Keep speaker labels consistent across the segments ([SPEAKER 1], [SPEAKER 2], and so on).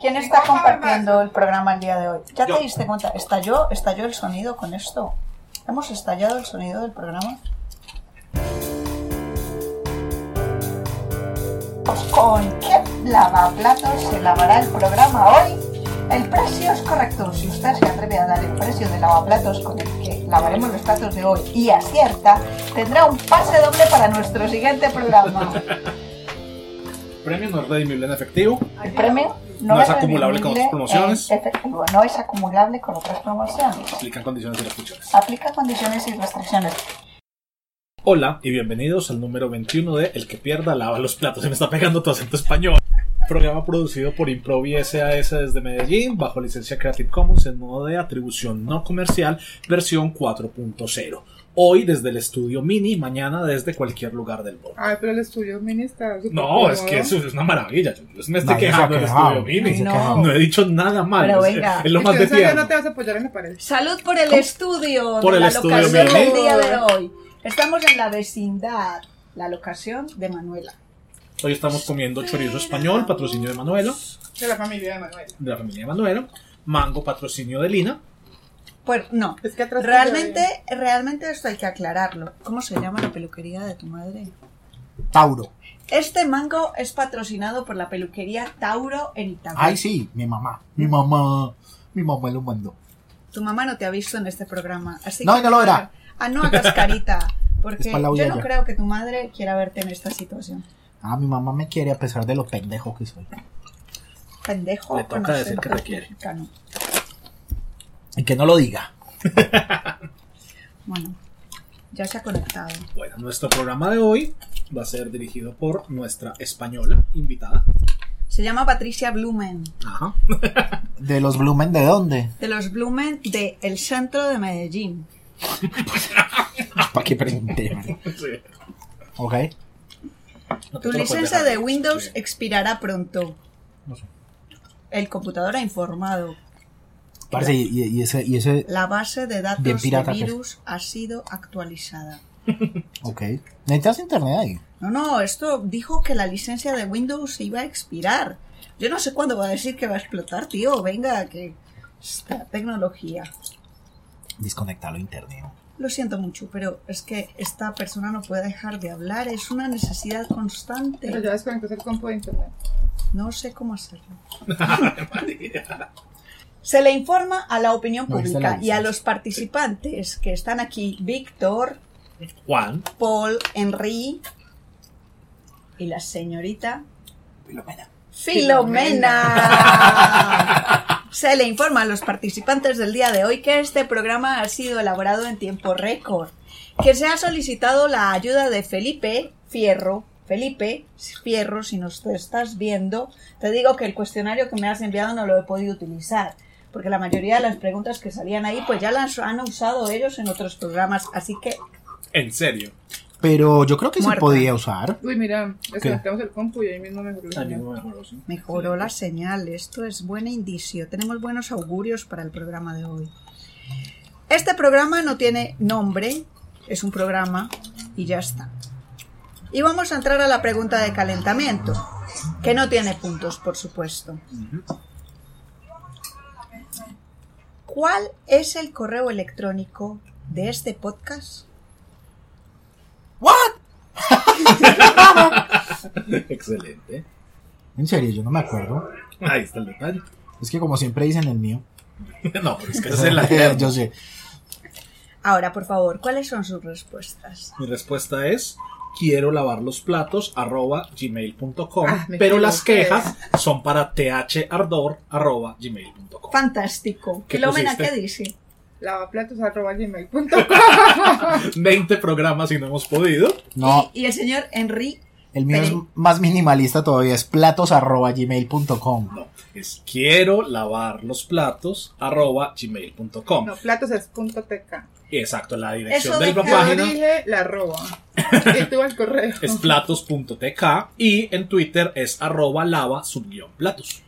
[SPEAKER 1] ¿Quién está compartiendo el programa el día de hoy? ¿Ya te diste cuenta? ¿Estalló, estalló el sonido con esto? ¿Hemos estallado el sonido del programa? ¿Con qué lavaplatos se lavará el programa hoy? El precio es correcto. Si usted se atreve a dar el precio de lavaplatos con el que lavaremos los platos de hoy y acierta, tendrá un pase doble para nuestro siguiente programa.
[SPEAKER 2] Premio no es redimible en efectivo.
[SPEAKER 1] El premio no,
[SPEAKER 2] No es acumulable con
[SPEAKER 1] redimible
[SPEAKER 2] otras promociones.
[SPEAKER 1] en efectivo, no es acumulable con otras promociones.
[SPEAKER 2] Aplican condiciones y restricciones.
[SPEAKER 1] Aplica condiciones y restricciones.
[SPEAKER 2] Hola y bienvenidos al número 21 de El que pierda lava los platos. Se me está pegando tu acento español. Programa producido por Improvi SAS desde Medellín, bajo licencia Creative Commons en modo de atribución no comercial, versión 4.0. Hoy desde el estudio mini, mañana desde cualquier lugar del mundo.
[SPEAKER 3] Ay, pero el estudio mini está súper
[SPEAKER 2] No,
[SPEAKER 3] cómodo.
[SPEAKER 2] es que eso es una maravilla. Yo no me estoy
[SPEAKER 4] Nadie se ha
[SPEAKER 2] quejando del
[SPEAKER 4] quejado.
[SPEAKER 2] estudio mini.
[SPEAKER 1] Ay, no.
[SPEAKER 2] No he dicho nada mal.
[SPEAKER 1] Pero
[SPEAKER 2] Es-
[SPEAKER 1] venga.
[SPEAKER 2] es lo más de
[SPEAKER 3] Entonces, ya
[SPEAKER 2] tierno.
[SPEAKER 3] no te vas a apoyar en la pared.
[SPEAKER 5] Salud por el estudio
[SPEAKER 2] Por
[SPEAKER 5] de
[SPEAKER 2] el
[SPEAKER 5] la
[SPEAKER 2] estudio,
[SPEAKER 5] locación
[SPEAKER 2] mi
[SPEAKER 5] del
[SPEAKER 1] amor.
[SPEAKER 5] día de hoy.
[SPEAKER 1] Estamos en la vecindad, la locación de Manuela.
[SPEAKER 2] Hoy estamos comiendo chorizo español, patrocinio de Manuela,
[SPEAKER 3] De la familia de Manuel.
[SPEAKER 2] de la familia de Manuela. Mango, patrocinio de Lina.
[SPEAKER 1] Pues no.
[SPEAKER 3] Es que atrás.
[SPEAKER 1] Realmente, realmente esto hay que aclararlo. ¿Cómo se llama la peluquería de tu madre?
[SPEAKER 4] Tauro.
[SPEAKER 1] Este mango es patrocinado por la peluquería Tauro en Italia.
[SPEAKER 4] Ay, sí, mi mamá. Mi mamá. Mi mamá lo mandó.
[SPEAKER 1] Tu mamá no te ha visto en este programa. Así
[SPEAKER 4] No,
[SPEAKER 1] que
[SPEAKER 4] y no lo verá.
[SPEAKER 1] Ah, no hagas carita. Porque
[SPEAKER 4] Es para la
[SPEAKER 1] yo no
[SPEAKER 4] olla.
[SPEAKER 1] creo que tu madre quiera verte en esta situación.
[SPEAKER 4] Ah, mi mamá me quiere a pesar de lo pendejo que soy.
[SPEAKER 1] Pendejo.
[SPEAKER 2] Le toca
[SPEAKER 1] con
[SPEAKER 2] decir que te
[SPEAKER 1] acento
[SPEAKER 2] quiere.
[SPEAKER 1] mexicano.
[SPEAKER 4] Y que no lo diga.
[SPEAKER 1] Bueno, ya se ha conectado.
[SPEAKER 2] Bueno, nuestro programa de hoy va a ser dirigido por nuestra española invitada.
[SPEAKER 1] Se llama Patricia Blumen,
[SPEAKER 2] Ajá.
[SPEAKER 4] ¿De los Blumen de dónde?
[SPEAKER 1] de los Blumen de El Centro de Medellín. Ah,
[SPEAKER 4] ¿Para qué pregunté? man?
[SPEAKER 2] Sí.
[SPEAKER 4] Ok.
[SPEAKER 2] No,
[SPEAKER 1] Tu
[SPEAKER 2] tú te lo puedes
[SPEAKER 1] licencia de
[SPEAKER 2] dejar.
[SPEAKER 1] Windows
[SPEAKER 2] Sí.
[SPEAKER 1] expirará pronto.
[SPEAKER 2] No sé.
[SPEAKER 1] El computador ha informado.
[SPEAKER 4] Parce, y, y- y ese, y ese.
[SPEAKER 1] La base de datos
[SPEAKER 4] Bien pirata
[SPEAKER 1] de
[SPEAKER 4] que es.
[SPEAKER 1] virus ha sido actualizada.
[SPEAKER 4] Ok. ¿Necesitas internet ahí?
[SPEAKER 1] No, no, esto dijo que la licencia de Windows se iba a expirar. Yo no sé cuándo va a decir que va a explotar, tío. Venga, que esta tecnología.
[SPEAKER 4] Desconectalo a internet.
[SPEAKER 1] Lo siento mucho, pero es que esta persona no puede dejar de hablar. Es una necesidad
[SPEAKER 3] Pero
[SPEAKER 1] constante.
[SPEAKER 3] ya desconectas el compu de internet.
[SPEAKER 1] No sé cómo hacerlo. Se le informa a la opinión
[SPEAKER 4] No, ahí está
[SPEAKER 1] pública
[SPEAKER 4] la
[SPEAKER 1] y a
[SPEAKER 4] licencia.
[SPEAKER 1] los participantes que están aquí, Víctor,
[SPEAKER 2] Juan.
[SPEAKER 1] Paul, Henry y la señorita
[SPEAKER 4] Filomena.
[SPEAKER 1] Filomena. Se le informa a los participantes del día de hoy que este programa ha sido elaborado en tiempo récord, que se ha solicitado la ayuda de Felipe Fierro. Felipe Fierro, si nos te estás viendo, te digo que el cuestionario que me has enviado no lo he podido utilizar, porque la mayoría de las preguntas que salían ahí, pues ya las han usado ellos en otros programas, así que
[SPEAKER 2] En serio.
[SPEAKER 4] Pero yo creo que se
[SPEAKER 1] Muerta.
[SPEAKER 4] podía usar.
[SPEAKER 3] Uy, mira, desconectamos el compu y ahí mismo mejor lo
[SPEAKER 2] Ay,
[SPEAKER 3] hacemos.
[SPEAKER 2] no, mejor, sí.
[SPEAKER 1] Mejoró la señal, esto es buen indicio. Tenemos buenos augurios para el programa de hoy. Este programa no tiene nombre, es un programa y ya está. Y vamos a entrar a la pregunta de calentamiento, que no tiene puntos, por supuesto. ¿Cuál es el correo electrónico de este podcast?
[SPEAKER 4] ¿What?
[SPEAKER 2] Excelente.
[SPEAKER 4] En serio, yo no me acuerdo.
[SPEAKER 2] Ahí está el detalle.
[SPEAKER 4] Es que como siempre dicen el mío. Eh,
[SPEAKER 2] No, pero es que esa es la idea.
[SPEAKER 4] yo sé.
[SPEAKER 1] Ahora, por favor, ¿cuáles son sus respuestas?
[SPEAKER 2] Mi respuesta es quiero lavar los platos arroba gmail.com
[SPEAKER 3] Ah, me
[SPEAKER 2] pero
[SPEAKER 3] equivoqué.
[SPEAKER 2] las quejas son para thardor arroba gmail.com
[SPEAKER 1] Fantástico.
[SPEAKER 2] ¿Qué
[SPEAKER 1] Filomena,
[SPEAKER 2] pusiste?
[SPEAKER 1] ¿qué dice?
[SPEAKER 3] Lavaplatos arroba gmail
[SPEAKER 2] 20 programas y no hemos podido
[SPEAKER 4] No,
[SPEAKER 1] Y el señor Henry
[SPEAKER 4] el mío es
[SPEAKER 1] Pero-
[SPEAKER 4] más minimalista todavía. Es platos arroba gmail.com.
[SPEAKER 2] no es quiero lavar los platos arroba gmail.com
[SPEAKER 3] No, platos es punto tk.
[SPEAKER 2] exacto la dirección
[SPEAKER 1] Eso
[SPEAKER 2] de la
[SPEAKER 1] deja-
[SPEAKER 3] Yo
[SPEAKER 2] página
[SPEAKER 3] dije la arroba. Y tú el correo.
[SPEAKER 2] es platos.tk y en Twitter es arroba lava subguión platos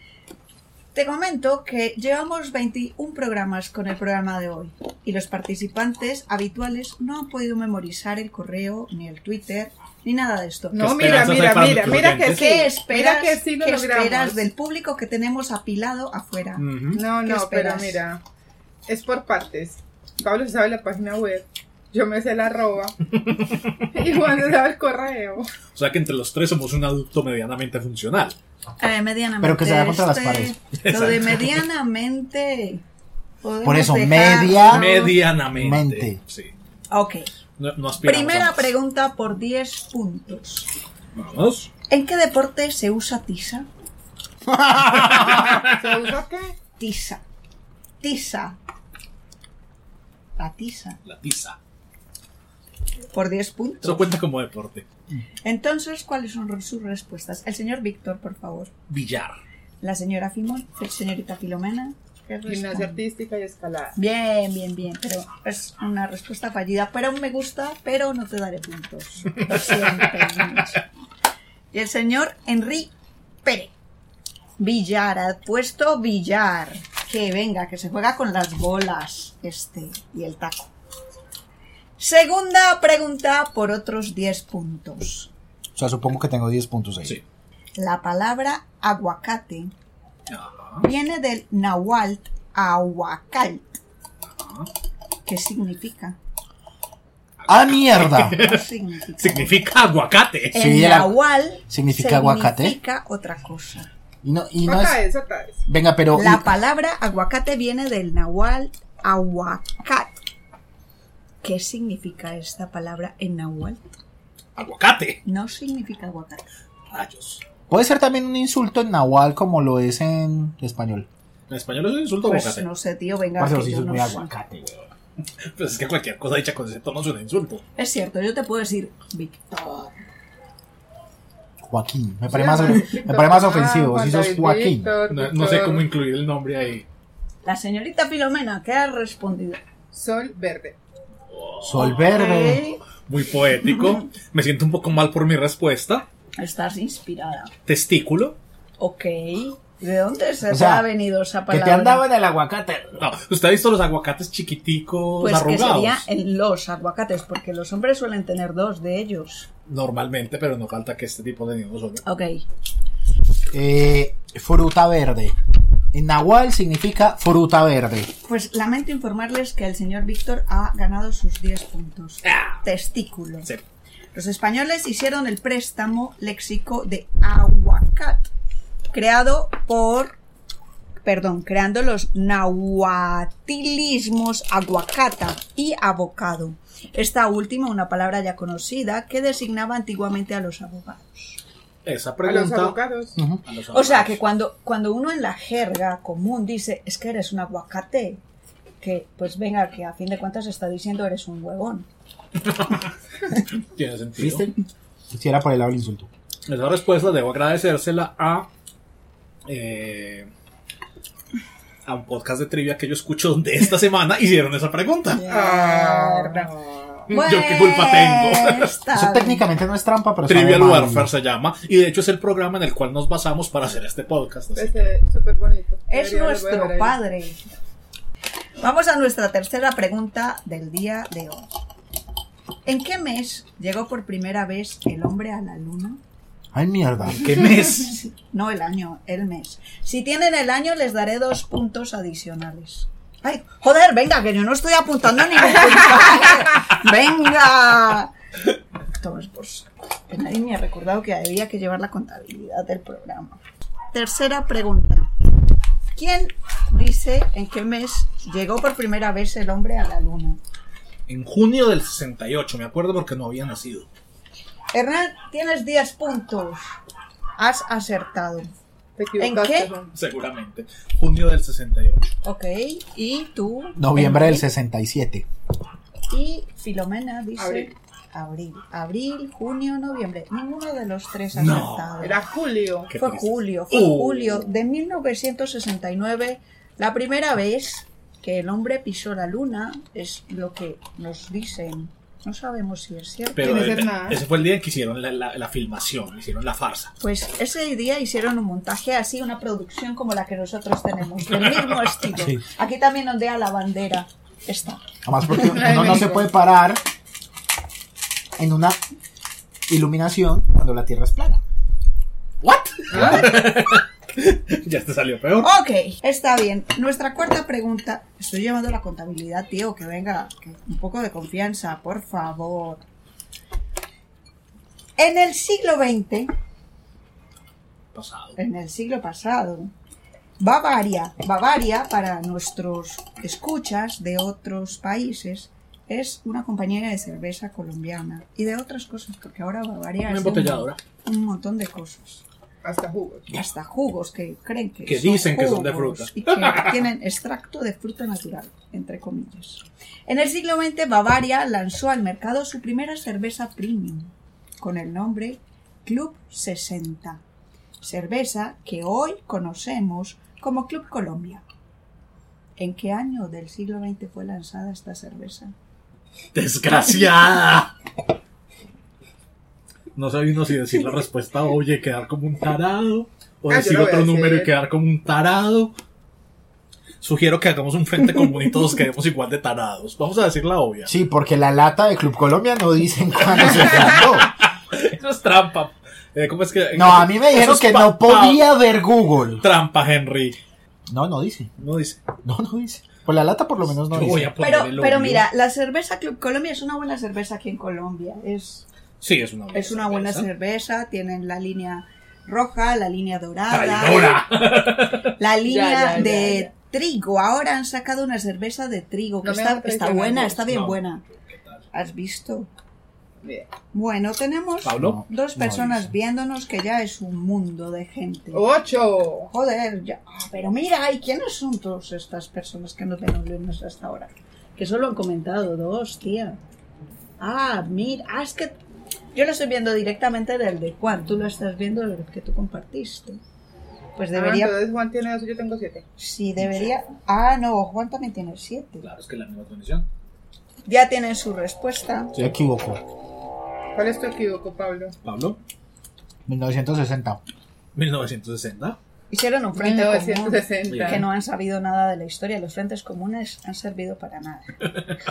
[SPEAKER 1] Te comento que llevamos 21 programas con el programa de hoy y los participantes habituales no han podido memorizar el correo, ni el Twitter, ni nada de esto.
[SPEAKER 3] No,
[SPEAKER 2] ¿Qué
[SPEAKER 3] mira,
[SPEAKER 2] esperanzas hay
[SPEAKER 3] mira,
[SPEAKER 2] para
[SPEAKER 3] mira,
[SPEAKER 2] los
[SPEAKER 3] mira que
[SPEAKER 2] oyentes?
[SPEAKER 3] sí.
[SPEAKER 1] ¿Qué esperas,
[SPEAKER 3] Mira que sí lo
[SPEAKER 1] qué
[SPEAKER 3] logramos.
[SPEAKER 1] esperas del público que tenemos apilado afuera?
[SPEAKER 4] Mm.
[SPEAKER 2] Ujú.
[SPEAKER 3] No,
[SPEAKER 1] ¿Qué
[SPEAKER 3] no, pero
[SPEAKER 1] esperas?
[SPEAKER 3] mira, es por partes. Pablo se sabe la página web, yo me sé la arroba y Juan se sabe el correo.
[SPEAKER 2] O sea que entre los tres somos un adulto medianamente funcional.
[SPEAKER 1] Eh, medianamente.
[SPEAKER 4] Pero que se haga contra las
[SPEAKER 1] este,
[SPEAKER 4] paredes.
[SPEAKER 1] Lo de medianamente. podemos
[SPEAKER 4] Por eso,
[SPEAKER 1] dejar-
[SPEAKER 4] media- Ah.
[SPEAKER 2] Medianamente.
[SPEAKER 4] Mente.
[SPEAKER 2] Sí.
[SPEAKER 1] Ok.
[SPEAKER 2] No, no aspiramos a
[SPEAKER 1] Primera
[SPEAKER 2] más.
[SPEAKER 1] pregunta por 10 puntos.
[SPEAKER 2] Vamos.
[SPEAKER 1] ¿En qué deporte se usa tiza?
[SPEAKER 3] ¿Se usa qué?
[SPEAKER 1] Tiza. Tiza. La tiza.
[SPEAKER 2] La tiza.
[SPEAKER 1] Por 10 puntos.
[SPEAKER 2] Eso cuenta como deporte.
[SPEAKER 1] Entonces, ¿cuáles son sus respuestas? El señor Víctor, por favor.
[SPEAKER 2] Billar.
[SPEAKER 1] La señora Fimón, señorita Filomena. ¿qué
[SPEAKER 3] Gimnasia
[SPEAKER 1] responden?
[SPEAKER 3] artística y escalada.
[SPEAKER 1] Bien, bien, bien, pero es una respuesta fallida, pero aún me gusta, pero no te daré puntos. Lo siento mucho. Y el señor Henry Pérez. Villar, ha puesto billar. Que venga, que se juega con las bolas este y el taco. Segunda pregunta por otros 10 puntos.
[SPEAKER 4] O sea, supongo que tengo 10 puntos ahí.
[SPEAKER 2] Sí.
[SPEAKER 1] La palabra aguacate
[SPEAKER 2] Ajá.
[SPEAKER 1] viene del náhuatl ahuacalt. ¿Qué significa?
[SPEAKER 4] ¡Ah, mierda!
[SPEAKER 1] ¿Qué significa?
[SPEAKER 2] Significa aguacate.
[SPEAKER 1] El
[SPEAKER 4] Sí, el agu-
[SPEAKER 1] nahual
[SPEAKER 4] significa aguacate.
[SPEAKER 1] significa otra cosa.
[SPEAKER 4] Y no, y no
[SPEAKER 3] Acá
[SPEAKER 4] es...
[SPEAKER 3] es, acá es.
[SPEAKER 4] Venga, pero...
[SPEAKER 1] La palabra aguacate viene del nahual aguacat. ¿Qué significa esta palabra en nahual?
[SPEAKER 2] Aguacate.
[SPEAKER 1] No significa aguacate.
[SPEAKER 2] Rayos.
[SPEAKER 4] Puede ser también un insulto en nahual como lo es en español.
[SPEAKER 2] En español es un insulto
[SPEAKER 1] Pues
[SPEAKER 2] aguacate.
[SPEAKER 1] no sé, tío, venga.
[SPEAKER 4] Parce, los
[SPEAKER 1] que yo
[SPEAKER 4] insultos
[SPEAKER 1] no
[SPEAKER 4] muy
[SPEAKER 1] sé.
[SPEAKER 4] aguacate, weón.
[SPEAKER 2] Pues es que cualquier cosa dicha con ese tono es un insulto.
[SPEAKER 1] Es cierto, yo te puedo decir, Víctor.
[SPEAKER 4] Joaquín. Me
[SPEAKER 3] Sí,
[SPEAKER 4] parece más,
[SPEAKER 3] Juan
[SPEAKER 4] me
[SPEAKER 3] Víctor,
[SPEAKER 4] parece más
[SPEAKER 3] ah,
[SPEAKER 4] ofensivo
[SPEAKER 3] Juan
[SPEAKER 4] si sos
[SPEAKER 3] David
[SPEAKER 4] Joaquín.
[SPEAKER 3] Víctor,
[SPEAKER 2] No, no sé
[SPEAKER 3] Víctor.
[SPEAKER 2] cómo incluir el nombre ahí.
[SPEAKER 1] La señorita Filomena, ¿qué ha respondido?
[SPEAKER 3] Sol verde.
[SPEAKER 4] Sol verde.
[SPEAKER 1] Eh,
[SPEAKER 2] Muy poético. Me siento un poco mal por mi respuesta.
[SPEAKER 1] Estás inspirada.
[SPEAKER 2] Testículo.
[SPEAKER 1] Ok. ¿De dónde se
[SPEAKER 4] O
[SPEAKER 1] te
[SPEAKER 4] sea,
[SPEAKER 1] ha venido esa
[SPEAKER 4] Que
[SPEAKER 1] palabra?
[SPEAKER 4] te andaban el aguacate.
[SPEAKER 2] No, Ah, ¿Usted ha visto los aguacates chiquiticos,
[SPEAKER 1] Pues que
[SPEAKER 2] arrugados?
[SPEAKER 1] sería en los aguacates, porque los hombres suelen tener dos de ellos.
[SPEAKER 2] Normalmente, pero no falta que este tipo de niños solo.
[SPEAKER 1] Ok.
[SPEAKER 4] Eh, fruta verde. En nahual significa fruta verde.
[SPEAKER 1] Pues lamento informarles que el señor Víctor ha ganado sus 10 puntos.
[SPEAKER 2] Ah.
[SPEAKER 1] Testículo.
[SPEAKER 2] Sí.
[SPEAKER 1] Los españoles hicieron el préstamo léxico de aguacat, creado por, perdón, creando los nahuatilismos aguacata y abocado. Esta última, una palabra ya conocida, que designaba antiguamente a los abogados.
[SPEAKER 2] Esa
[SPEAKER 3] A los
[SPEAKER 2] pregunta.
[SPEAKER 3] abogados.
[SPEAKER 2] a los
[SPEAKER 1] O sea,
[SPEAKER 2] abogados.
[SPEAKER 1] que cuando, cuando uno en la jerga común dice, es que eres un aguacate, que pues venga, que a fin de cuentas está diciendo eres un huevón.
[SPEAKER 2] Tiene sentido.
[SPEAKER 4] ¿Viste? Si era por el lado del insulto.
[SPEAKER 2] Esa respuesta debo agradecérsela a. eh, a un podcast de trivia que yo escucho donde esta semana hicieron esa pregunta.
[SPEAKER 3] Ah,
[SPEAKER 2] Yo qué culpa tengo.
[SPEAKER 1] Está
[SPEAKER 4] Eso
[SPEAKER 1] bien.
[SPEAKER 4] técnicamente no es trampa, pero
[SPEAKER 2] Trivial
[SPEAKER 4] sabe mal.
[SPEAKER 2] Warfare se llama. Y de hecho es el programa en el cual nos basamos para hacer este podcast. así que-
[SPEAKER 3] Ese, súper bonito.
[SPEAKER 1] Es
[SPEAKER 3] Debería volver a ver
[SPEAKER 1] nuestro
[SPEAKER 3] ahí.
[SPEAKER 1] padre. Vamos a nuestra tercera pregunta del día de hoy. ¿En qué mes llegó por primera vez el hombre a la luna?
[SPEAKER 4] Ay, mierda.
[SPEAKER 2] ¿Qué mes?
[SPEAKER 1] No el año, el mes. Si tienen el año, les daré dos puntos adicionales. Ay, joder, venga, que yo no estoy apuntando ningún punto. Venga. Tomas por saco. Que Nadie me ha recordado que había que llevar la contabilidad del programa. Tercera pregunta. ¿Quién dice en qué mes llegó por primera vez el hombre a la luna?
[SPEAKER 2] En junio del 68, me acuerdo porque no había nacido.
[SPEAKER 1] Hernán, tienes 10 puntos. Has acertado.
[SPEAKER 3] Te equivocaste,
[SPEAKER 1] ¿En qué?
[SPEAKER 3] Juan.
[SPEAKER 2] Seguramente. Junio del 68.
[SPEAKER 1] Ok, y tú.
[SPEAKER 4] Noviembre del
[SPEAKER 1] Enrique?
[SPEAKER 4] 67.
[SPEAKER 1] Y Filomena dice abril.
[SPEAKER 3] Abril.
[SPEAKER 1] abril. junio, noviembre. Ninguno de los tres ha
[SPEAKER 2] No.
[SPEAKER 1] acertado.
[SPEAKER 3] Era Julio.
[SPEAKER 2] Qué
[SPEAKER 1] Fue
[SPEAKER 2] triste.
[SPEAKER 1] julio, fue
[SPEAKER 2] Uh.
[SPEAKER 1] julio de 1969. La primera vez que el hombre pisó la luna es lo que nos dicen No sabemos si es cierto. Pues,
[SPEAKER 2] Pero
[SPEAKER 3] Sin
[SPEAKER 2] eh,
[SPEAKER 3] hacer nada.
[SPEAKER 2] ese fue el día en que hicieron la, la- la filmación, hicieron la farsa.
[SPEAKER 1] Pues ese día hicieron un montaje así, una producción como la que nosotros tenemos, del mismo estilo.
[SPEAKER 4] Sí.
[SPEAKER 1] Aquí también ondea la bandera. Está.
[SPEAKER 4] Además porque
[SPEAKER 3] Ay,
[SPEAKER 4] uno no se
[SPEAKER 3] marico.
[SPEAKER 4] puede parar en una iluminación cuando la Tierra es plana.
[SPEAKER 2] ¿What? ya te salió
[SPEAKER 4] Oh.
[SPEAKER 2] peor.
[SPEAKER 1] Ok, está bien. Nuestra cuarta pregunta. Estoy llevando la contabilidad, tío, que venga. que- un poco de confianza, por favor. En el siglo XX,
[SPEAKER 2] Pasado.
[SPEAKER 1] en el siglo pasado, Bavaria, Bavaria para nuestros escuchas de otros países, es una compañía de cerveza colombiana y de otras cosas, porque ahora Bavaria
[SPEAKER 2] Una
[SPEAKER 1] es
[SPEAKER 2] embotelladora.
[SPEAKER 1] un montón de cosas
[SPEAKER 3] Hasta jugos.
[SPEAKER 1] y hasta jugos que creen que,
[SPEAKER 2] Que dicen que son de
[SPEAKER 1] jugos
[SPEAKER 2] fruta.
[SPEAKER 1] y que tienen extracto de fruta natural, entre comillas. En el siglo XX, Bavaria lanzó al mercado su primera cerveza premium con el nombre Club 60, cerveza que hoy conocemos como Club Colombia. ¿En qué año del siglo XX fue lanzada esta cerveza?
[SPEAKER 2] ¡Desgraciada! No sabía si decir la respuesta, oye, quedar como un tarado. O
[SPEAKER 3] Ah, yo
[SPEAKER 2] decir
[SPEAKER 3] lo voy a
[SPEAKER 2] otro número y
[SPEAKER 3] hacer.
[SPEAKER 2] quedar como un tarado. Sugiero que hagamos un frente común y todos quedemos igual de tarados. Vamos a decir la obvia.
[SPEAKER 4] Sí, porque la lata de Club Colombia no dicen cuándo se fundó.
[SPEAKER 2] Eso es trampa. Eh, ¿Cómo es que?
[SPEAKER 4] No, a mí me
[SPEAKER 2] Eso
[SPEAKER 4] dijeron
[SPEAKER 2] es
[SPEAKER 4] que
[SPEAKER 2] pa-
[SPEAKER 4] no
[SPEAKER 2] pa-
[SPEAKER 4] podía ver Google.
[SPEAKER 2] Trampa, Henry.
[SPEAKER 4] No, no dice.
[SPEAKER 2] No dice.
[SPEAKER 4] No, no dice. Por la lata por lo menos no
[SPEAKER 2] Yo voy
[SPEAKER 4] dice.
[SPEAKER 2] a poner
[SPEAKER 1] Pero,
[SPEAKER 2] el
[SPEAKER 1] pero
[SPEAKER 2] obvio.
[SPEAKER 1] mira, la cerveza Club Colombia es una buena cerveza aquí en Colombia. Es,
[SPEAKER 2] Sí, es una buena
[SPEAKER 1] Es una buena
[SPEAKER 2] cerveza.
[SPEAKER 1] cerveza, tienen la línea roja, la línea dorada,
[SPEAKER 2] Traidora.
[SPEAKER 1] la línea
[SPEAKER 3] ya, ya,
[SPEAKER 1] de
[SPEAKER 3] ya.
[SPEAKER 1] trigo. Ahora han sacado una cerveza de trigo que
[SPEAKER 3] No me
[SPEAKER 1] está,
[SPEAKER 3] hagas
[SPEAKER 1] está
[SPEAKER 3] traicionar,
[SPEAKER 1] buena,
[SPEAKER 3] no.
[SPEAKER 1] está bien
[SPEAKER 2] No.
[SPEAKER 1] buena.
[SPEAKER 2] ¿Qué tal?
[SPEAKER 1] ¿Has visto?
[SPEAKER 3] Bien.
[SPEAKER 1] Bueno, tenemos
[SPEAKER 2] Pablo.
[SPEAKER 1] dos
[SPEAKER 4] No,
[SPEAKER 1] personas
[SPEAKER 4] dice.
[SPEAKER 1] viéndonos que ya es un mundo de gente.
[SPEAKER 3] Oh, ¡Ocho!
[SPEAKER 1] Joder, ya. Ah, Pero mira, ¿y quiénes son todas estas personas que no tenemos lunes hasta ahora? Que solo han comentado dos, tía. Ah, mira, ah, es que yo lo estoy viendo directamente del de Juan, tú lo estás viendo del que tú compartiste. Pues
[SPEAKER 3] Ah,
[SPEAKER 1] debería,
[SPEAKER 3] entonces Juan tiene dos, yo tengo siete.
[SPEAKER 1] sí, debería. Ah, no, Juan también tiene siete.
[SPEAKER 2] Claro, es que la misma condición.
[SPEAKER 1] Ya tienen su respuesta.
[SPEAKER 4] Se equivocó.
[SPEAKER 3] ¿Cuál es tu equívoco, Pablo?
[SPEAKER 2] Pablo.
[SPEAKER 4] 1960.
[SPEAKER 2] 1960.
[SPEAKER 1] Hicieron un frente común
[SPEAKER 3] 1960.
[SPEAKER 1] que no han sabido nada de la historia. Los frentes comunes han servido para nada.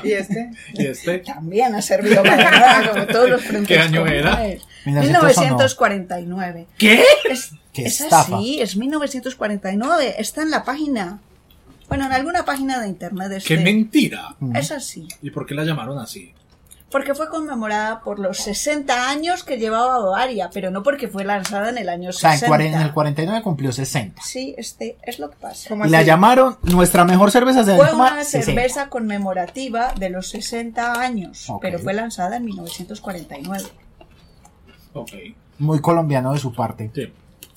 [SPEAKER 3] ¿Y este?
[SPEAKER 2] Y este.
[SPEAKER 1] También ha servido para nada, como todos los frentes
[SPEAKER 2] ¿Qué año
[SPEAKER 1] comunes.
[SPEAKER 2] era?
[SPEAKER 4] 1900
[SPEAKER 1] 1949.
[SPEAKER 2] ¿Qué?
[SPEAKER 1] Es,
[SPEAKER 4] Qué
[SPEAKER 1] es
[SPEAKER 4] estafa.
[SPEAKER 1] así, es 1949. Está en la página. Bueno, en alguna página de internet. de
[SPEAKER 2] ¡Qué
[SPEAKER 1] este-
[SPEAKER 2] mentira!
[SPEAKER 4] Mm.
[SPEAKER 1] Es así.
[SPEAKER 2] ¿Y por qué la llamaron así?
[SPEAKER 1] Porque fue conmemorada por los 60 años que llevaba Bavaria, pero no porque fue lanzada en el año
[SPEAKER 4] O sea, en,
[SPEAKER 1] 60.
[SPEAKER 4] cuaren- en el 49 cumplió 60.
[SPEAKER 1] Sí, este, es lo que pasa.
[SPEAKER 3] ¿Cómo
[SPEAKER 4] Y la
[SPEAKER 3] así?
[SPEAKER 4] llamaron nuestra mejor cerveza se
[SPEAKER 1] Fue
[SPEAKER 4] llama
[SPEAKER 1] una
[SPEAKER 4] 60.
[SPEAKER 1] cerveza conmemorativa de los 60 años,
[SPEAKER 4] Ok.
[SPEAKER 1] pero fue lanzada en 1949.
[SPEAKER 2] Ok.
[SPEAKER 4] Muy colombiano de su parte.
[SPEAKER 2] Sí.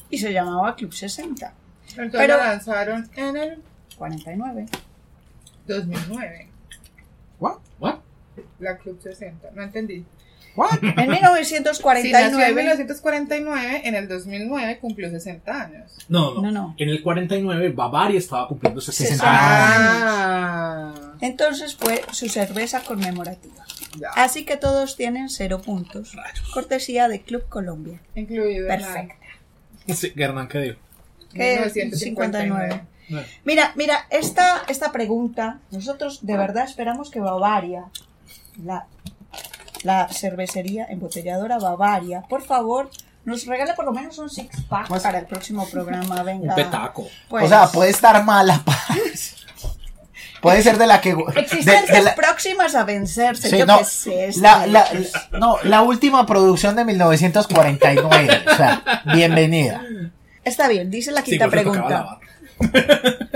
[SPEAKER 1] Y se llamaba Club 60,
[SPEAKER 3] Entonces
[SPEAKER 1] Pero-
[SPEAKER 3] la lanzaron en el
[SPEAKER 1] 49.
[SPEAKER 3] 2009,
[SPEAKER 4] ¿What?
[SPEAKER 2] ¿What?
[SPEAKER 3] la Club 60. No entendí.
[SPEAKER 4] ¿What?
[SPEAKER 1] En
[SPEAKER 3] Si nació
[SPEAKER 1] 1949.
[SPEAKER 3] en 1949, en el 2009 cumplió 60 años.
[SPEAKER 2] No, no,
[SPEAKER 1] No, no.
[SPEAKER 2] En el 49, Bavaria estaba cumpliendo 60
[SPEAKER 4] 60.
[SPEAKER 2] años.
[SPEAKER 3] Ah,
[SPEAKER 1] Entonces fue su cerveza conmemorativa.
[SPEAKER 3] ya.
[SPEAKER 1] Así que todos tienen cero puntos. Cortesía de Club Colombia.
[SPEAKER 3] Incluido en la-
[SPEAKER 1] Perfecto.
[SPEAKER 2] Sí, Hernán, ¿qué dijo?
[SPEAKER 1] Que
[SPEAKER 3] 1959.
[SPEAKER 1] 59. Mira, mira, esta, esta pregunta, nosotros de verdad esperamos que Bavaria, la, la cervecería embotelladora Bavaria, por favor, nos regale por lo menos un six pack
[SPEAKER 4] Pues-
[SPEAKER 1] para el próximo programa. Venga.
[SPEAKER 2] Un petaco.
[SPEAKER 1] Pues,
[SPEAKER 4] O sea, puede estar mala. pues. puede ser de la que... de- de
[SPEAKER 1] Existencias
[SPEAKER 4] la-
[SPEAKER 1] próximas a vencerse.
[SPEAKER 4] Sí,
[SPEAKER 1] yo
[SPEAKER 4] no,
[SPEAKER 1] qué sé,
[SPEAKER 4] la,
[SPEAKER 1] esta-
[SPEAKER 4] la- la- no, la última producción de 1949. o sea, bienvenida.
[SPEAKER 1] Está bien, dice la
[SPEAKER 2] Sí,
[SPEAKER 1] quinta
[SPEAKER 2] pues le tocaba
[SPEAKER 1] pregunta.
[SPEAKER 2] lavar.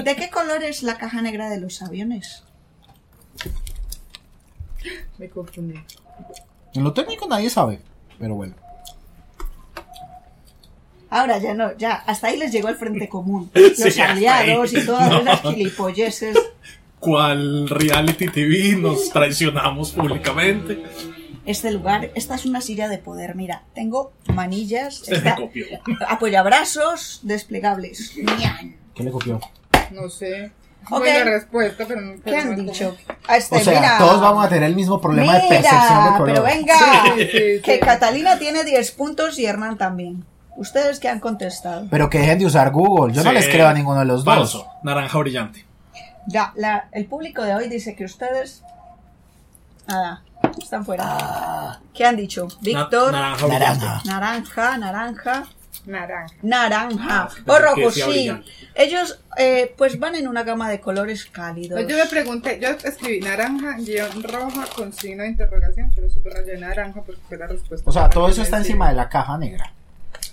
[SPEAKER 1] ¿De qué color es la caja negra de los aviones?
[SPEAKER 3] Me confundí.
[SPEAKER 4] En lo técnico nadie sabe, pero bueno.
[SPEAKER 1] Ahora ya no, ya, hasta ahí les llegó el frente común. Los
[SPEAKER 2] Sí, hasta
[SPEAKER 1] aliados
[SPEAKER 2] ahí.
[SPEAKER 1] y todas
[SPEAKER 2] No.
[SPEAKER 1] esas gilipolleces.
[SPEAKER 2] ¿Cuál reality TV nos traicionamos públicamente?
[SPEAKER 1] Este lugar, esta es una silla de poder. Mira, tengo manillas,
[SPEAKER 2] Se
[SPEAKER 1] está-
[SPEAKER 2] me copió.
[SPEAKER 1] apoyabrazos desplegables. Ñan.
[SPEAKER 4] ¿Qué le copió?
[SPEAKER 3] No sé.
[SPEAKER 1] Ok.
[SPEAKER 3] Fue la respuesta, pero no
[SPEAKER 1] ¿Qué
[SPEAKER 3] pero
[SPEAKER 1] han
[SPEAKER 3] no-
[SPEAKER 1] dicho? Este,
[SPEAKER 4] O sea,
[SPEAKER 1] mira,
[SPEAKER 4] todos vamos a tener el mismo problema de percepción de
[SPEAKER 1] Mira,
[SPEAKER 4] color.
[SPEAKER 1] pero venga,
[SPEAKER 3] Sí, sí, sí.
[SPEAKER 1] que Catalina tiene 10 puntos y Hernán también. Ustedes que han contestado.
[SPEAKER 4] Pero que dejen de usar Google. Yo no
[SPEAKER 2] Sí.
[SPEAKER 4] les creo a ninguno de los dos.
[SPEAKER 2] Falso. Naranja brillante.
[SPEAKER 1] Ya, la- el público de hoy dice que ustedes. Nada, están fuera. ¿Qué han dicho?
[SPEAKER 2] Ah. Na-
[SPEAKER 1] Víctor,
[SPEAKER 2] naranja
[SPEAKER 4] Naranja.
[SPEAKER 2] brillante.
[SPEAKER 1] naranja, naranja,
[SPEAKER 3] Naranja.
[SPEAKER 1] naranja.
[SPEAKER 2] Ah, es que
[SPEAKER 1] o
[SPEAKER 2] pensé que
[SPEAKER 1] rojo,
[SPEAKER 2] decía
[SPEAKER 1] sí.
[SPEAKER 2] brillante.
[SPEAKER 1] Ellos eh, pues van en una gama de colores cálidos.
[SPEAKER 3] Pues Yo me pregunté, yo escribí naranja, guión roja con signo de interrogación, pero subrayé naranja porque fue la respuesta.
[SPEAKER 4] O sea, todo eso está encima de la caja negra.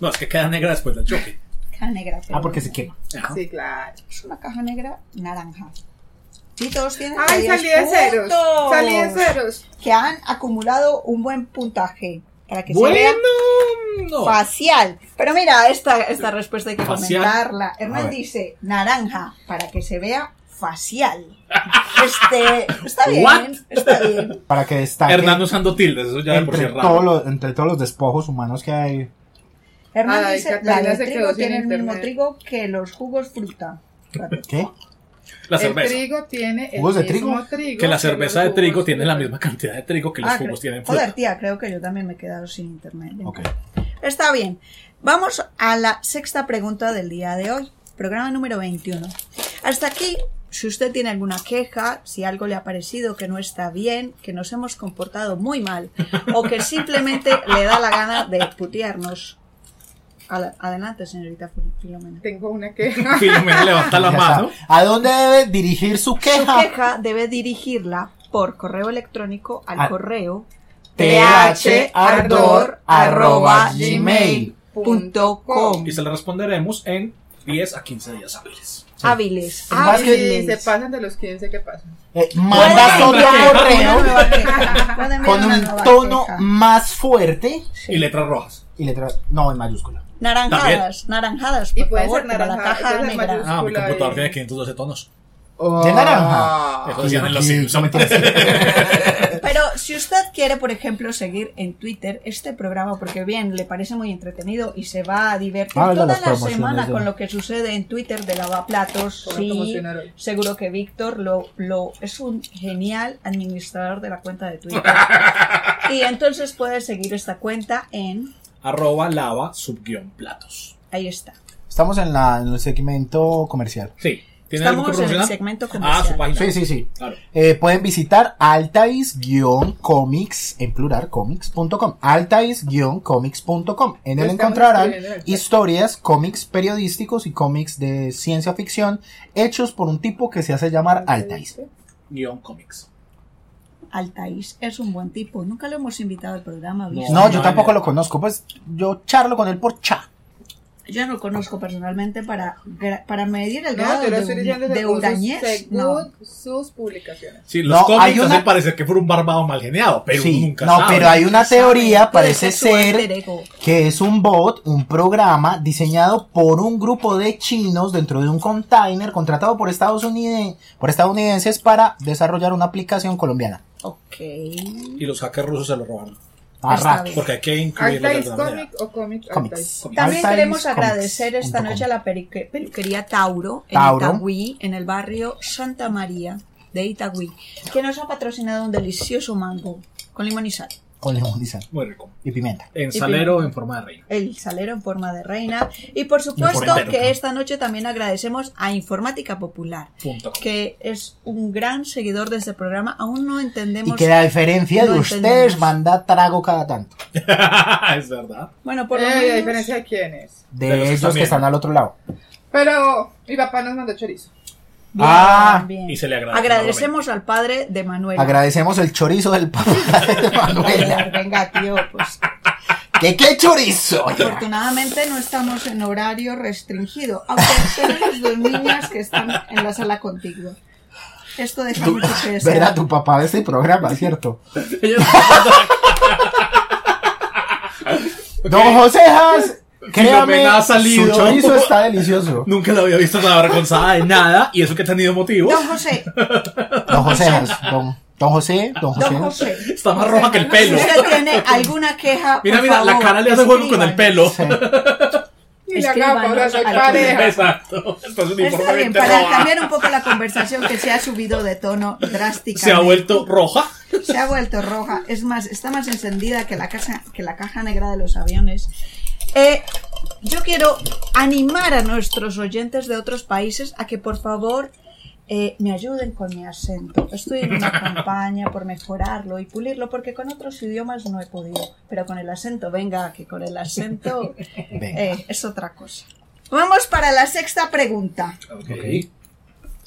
[SPEAKER 2] No, es que queda negra después del choque.
[SPEAKER 1] Caja negra. pero-
[SPEAKER 4] Ah, porque se quema.
[SPEAKER 2] Ajá.
[SPEAKER 3] Sí, claro.
[SPEAKER 1] Es una caja negra naranja. Y todos tienen
[SPEAKER 3] Ay,
[SPEAKER 1] 10
[SPEAKER 3] salí de ceros.
[SPEAKER 1] puntos.
[SPEAKER 3] Salí de ceros.
[SPEAKER 1] que han acumulado un buen puntaje para que se vea
[SPEAKER 2] Bueno, no.
[SPEAKER 1] facial. Pero mira, esta, esta respuesta hay que
[SPEAKER 2] Oh. Facial.
[SPEAKER 1] comentarla.
[SPEAKER 4] A
[SPEAKER 1] Hernán
[SPEAKER 4] ver.
[SPEAKER 1] dice naranja para que se vea facial. Este, está bien,
[SPEAKER 2] What?
[SPEAKER 1] está bien.
[SPEAKER 4] Para que destaque
[SPEAKER 2] Hernán usando tildes, eso ya de por sí
[SPEAKER 4] entre,
[SPEAKER 2] es raro.
[SPEAKER 4] todos los, entre todos los despojos humanos que hay.
[SPEAKER 1] Hernán
[SPEAKER 3] Ay,
[SPEAKER 1] dice la
[SPEAKER 3] Catalina
[SPEAKER 1] de
[SPEAKER 3] se
[SPEAKER 1] trigo
[SPEAKER 3] quedó sin
[SPEAKER 1] tiene el mismo
[SPEAKER 3] internet.
[SPEAKER 1] trigo que los jugos fruta.
[SPEAKER 4] ¿Qué?
[SPEAKER 2] La
[SPEAKER 3] el
[SPEAKER 2] cerveza.
[SPEAKER 3] trigo tiene el
[SPEAKER 4] ¿Jugos de
[SPEAKER 3] mismo trigo?
[SPEAKER 2] Que la
[SPEAKER 3] los
[SPEAKER 2] cerveza de
[SPEAKER 3] jugos
[SPEAKER 2] trigo tiene la
[SPEAKER 3] fruta.
[SPEAKER 2] misma cantidad de trigo que los
[SPEAKER 1] Ah,
[SPEAKER 2] jugos
[SPEAKER 1] cre-
[SPEAKER 2] tienen
[SPEAKER 1] Joder,
[SPEAKER 2] fruta.
[SPEAKER 1] tía, creo que yo también me he quedado sin internet. Venga.
[SPEAKER 4] Ok.
[SPEAKER 1] Está bien. Vamos a la sexta pregunta del día de hoy, programa número 21. Hasta aquí, si usted tiene alguna queja, si algo le ha parecido que no está bien, que nos hemos comportado muy mal o que simplemente le da la gana de putearnos. Ala- Adelante, señorita Fil- Filomena.
[SPEAKER 3] Tengo una queja.
[SPEAKER 2] Filomena levanta la
[SPEAKER 4] Ya
[SPEAKER 2] mano.
[SPEAKER 4] está. ¿A dónde debe dirigir su
[SPEAKER 1] Su
[SPEAKER 4] queja?
[SPEAKER 1] queja debe dirigirla por correo electrónico al
[SPEAKER 4] Al-
[SPEAKER 1] correo
[SPEAKER 4] thardor arroba gmail.
[SPEAKER 1] punto com.
[SPEAKER 2] Y se la responderemos en 10 a 15 días hábiles.
[SPEAKER 1] hábiles.
[SPEAKER 4] Además que-
[SPEAKER 1] hábiles.
[SPEAKER 3] Sí, se pasan de los 15 que pasan.
[SPEAKER 4] Eh, manda otro
[SPEAKER 2] Pueden-
[SPEAKER 1] Una
[SPEAKER 4] correo
[SPEAKER 1] nueva queja. Pueden ver
[SPEAKER 4] con
[SPEAKER 1] una
[SPEAKER 4] un
[SPEAKER 1] nueva
[SPEAKER 4] tono
[SPEAKER 1] queja.
[SPEAKER 4] más fuerte
[SPEAKER 2] Y letras rojas.
[SPEAKER 4] y letra. No, en mayúscula.
[SPEAKER 1] Naranjadas, naranjadas,
[SPEAKER 3] Y
[SPEAKER 1] por
[SPEAKER 3] pueden
[SPEAKER 1] favor,
[SPEAKER 3] ser
[SPEAKER 1] como la
[SPEAKER 3] naranjadas,
[SPEAKER 1] caja
[SPEAKER 3] pueden ser
[SPEAKER 1] negra.
[SPEAKER 3] mayúsculas.
[SPEAKER 2] Ah, mi
[SPEAKER 3] Minúscula
[SPEAKER 2] computador
[SPEAKER 3] y-
[SPEAKER 2] tiene 512 tonos.
[SPEAKER 4] ¿De naranja?
[SPEAKER 1] Ah.
[SPEAKER 2] Eso decían en los
[SPEAKER 4] Sí,
[SPEAKER 2] Simpsons.
[SPEAKER 4] no me tienes-
[SPEAKER 1] Pero si usted quiere, por ejemplo, seguir en Twitter este programa, porque bien, le parece muy entretenido y se va a divertir
[SPEAKER 4] Ah,
[SPEAKER 1] toda
[SPEAKER 4] las
[SPEAKER 1] la
[SPEAKER 4] promociones,
[SPEAKER 1] semana
[SPEAKER 4] ya.
[SPEAKER 1] con lo que sucede en Twitter de Lavaplatos,
[SPEAKER 3] Vamos a
[SPEAKER 1] sí,
[SPEAKER 3] promocionar hoy.
[SPEAKER 1] seguro que Víctor lo, lo, es un genial administrador de la cuenta de Twitter. y entonces puede seguir esta cuenta en...
[SPEAKER 2] Arroba lava subguión platos.
[SPEAKER 1] Ahí está.
[SPEAKER 4] Estamos en, la, en el segmento comercial.
[SPEAKER 2] Sí. ¿Tiene algo que
[SPEAKER 1] Estamos en el
[SPEAKER 2] promocionar?
[SPEAKER 1] segmento
[SPEAKER 2] Ah,
[SPEAKER 1] comercial.
[SPEAKER 2] su página.
[SPEAKER 4] Sí, sí, sí.
[SPEAKER 2] Claro.
[SPEAKER 4] Eh, pueden visitar altais-comics, en plural, comics.com. Altais-comics.com. En él
[SPEAKER 3] Estamos
[SPEAKER 4] encontrarán
[SPEAKER 3] escribiendo en el chat.
[SPEAKER 4] historias, cómics periodísticos y cómics de ciencia ficción hechos por un tipo que se hace llamar Altais.
[SPEAKER 2] Guión cómics.
[SPEAKER 1] Altaís es un buen tipo. Nunca lo hemos invitado al programa. ¿viste?
[SPEAKER 4] No, yo tampoco lo conozco, pues yo charlo con él por cha.
[SPEAKER 1] Yo no lo conozco personalmente para, gra- para medir el
[SPEAKER 3] No,
[SPEAKER 1] grado
[SPEAKER 3] yo lo
[SPEAKER 1] de,
[SPEAKER 3] estoy
[SPEAKER 1] un-
[SPEAKER 3] diciendo
[SPEAKER 1] de
[SPEAKER 3] según, sus,
[SPEAKER 1] hurañez. No.
[SPEAKER 3] según sus publicaciones.
[SPEAKER 2] Sí, los
[SPEAKER 4] No, hay
[SPEAKER 2] cómics
[SPEAKER 4] una-
[SPEAKER 2] hacen parecer que fue un barbado mal geniado, pero
[SPEAKER 4] Sí,
[SPEAKER 2] nunca
[SPEAKER 4] no,
[SPEAKER 2] sabe.
[SPEAKER 4] pero hay una teoría,
[SPEAKER 1] Sabe, puede
[SPEAKER 4] parece
[SPEAKER 1] su alter
[SPEAKER 4] ser
[SPEAKER 1] ego.
[SPEAKER 4] que es un bot, un programa diseñado por un grupo de chinos dentro de un container contratado por, Estados Uniden- por estadounidenses para desarrollar una aplicación colombiana.
[SPEAKER 1] Ok.
[SPEAKER 2] Y los hackers rusos se lo robaron.
[SPEAKER 1] Está
[SPEAKER 4] Arra.
[SPEAKER 1] bien.
[SPEAKER 2] Porque hay que incluirlo de
[SPEAKER 3] ¿Altais
[SPEAKER 2] alguna manera.
[SPEAKER 3] Comic o Comic
[SPEAKER 4] Comics.
[SPEAKER 3] Altais?
[SPEAKER 1] También
[SPEAKER 4] Altais
[SPEAKER 1] queremos
[SPEAKER 4] Comics
[SPEAKER 1] agradecer esta
[SPEAKER 4] punto com.
[SPEAKER 1] noche a la perique- peluquería Tauro en
[SPEAKER 4] Tauro.
[SPEAKER 1] Itagüí, en el barrio Santa María de Itagüí, que nos ha patrocinado un delicioso mango con limón y sal.
[SPEAKER 4] Con limón y sal
[SPEAKER 2] Muy rico.
[SPEAKER 4] y pimienta.
[SPEAKER 2] En salero en forma de reina.
[SPEAKER 1] el salero en forma de reina. Y por supuesto
[SPEAKER 2] entero,
[SPEAKER 1] que
[SPEAKER 2] ¿no?
[SPEAKER 1] esta noche también agradecemos a Informática Popular,
[SPEAKER 2] Punto. com.
[SPEAKER 1] que es un gran seguidor de este programa. Aún no
[SPEAKER 4] Y
[SPEAKER 1] entendemos.
[SPEAKER 4] que a diferencia de
[SPEAKER 1] No
[SPEAKER 4] ustedes
[SPEAKER 1] entendemos.
[SPEAKER 4] manda trago cada tanto.
[SPEAKER 2] es verdad.
[SPEAKER 1] Bueno, por lo
[SPEAKER 3] Eh, ¿A
[SPEAKER 1] menos.
[SPEAKER 3] diferencia de quién es?
[SPEAKER 4] De,
[SPEAKER 2] De los que
[SPEAKER 4] ellos
[SPEAKER 2] están
[SPEAKER 4] que están
[SPEAKER 2] viendo.
[SPEAKER 4] al otro lado.
[SPEAKER 3] Pero mi papá nos mandó chorizo.
[SPEAKER 1] Bien,
[SPEAKER 4] Ah,
[SPEAKER 1] bien.
[SPEAKER 2] Y se le agradece.
[SPEAKER 1] Agradecemos al padre de Manuela.
[SPEAKER 4] Agradecemos el chorizo del papá de Manuela.
[SPEAKER 1] Joder, Venga, tío, pues
[SPEAKER 4] ¿Qué, qué chorizo?
[SPEAKER 1] afortunadamente no estamos en horario restringido, aunque tenemos dos niñas que están en la sala contigua. Esto deja mucho que desear.
[SPEAKER 4] ¿Verdad? Tu papá de este programa, ¿cierto? Don José Haas, créame,
[SPEAKER 2] Filomena ha salido.
[SPEAKER 4] su chorizo está delicioso.
[SPEAKER 2] Nunca la había visto tan avergonzada de nada. Y eso que ha tenido motivos.
[SPEAKER 1] Don José,
[SPEAKER 4] Don José Haas, don, don José, don José.
[SPEAKER 1] don José.
[SPEAKER 2] Está más roja que el
[SPEAKER 1] Si
[SPEAKER 2] pelo.
[SPEAKER 1] usted tiene alguna queja,
[SPEAKER 2] Mira,
[SPEAKER 1] por
[SPEAKER 2] mira, la
[SPEAKER 1] favor,
[SPEAKER 2] cara le hace juego con el
[SPEAKER 1] escriban.
[SPEAKER 2] pelo.
[SPEAKER 4] Sí.
[SPEAKER 3] y la capa, ahora soy
[SPEAKER 1] al-
[SPEAKER 3] pareja.
[SPEAKER 2] Exacto. Esto es un
[SPEAKER 1] Está bien,
[SPEAKER 2] informalmente
[SPEAKER 1] para
[SPEAKER 2] roja.
[SPEAKER 1] cambiar un poco la conversación que se ha subido de tono drásticamente.
[SPEAKER 2] Se ha vuelto roja.
[SPEAKER 1] Se ha vuelto roja. Es más, está más encendida que la, casa, que la caja negra de los aviones. Eh, yo quiero animar a nuestros oyentes de otros países a que por favor eh, me ayuden con mi acento. Estoy en una campaña por mejorarlo y pulirlo porque con otros idiomas no he podido. Pero con el acento, venga, que con el acento
[SPEAKER 4] Venga.
[SPEAKER 1] eh, es otra cosa. Vamos para la sexta pregunta.
[SPEAKER 2] Ok.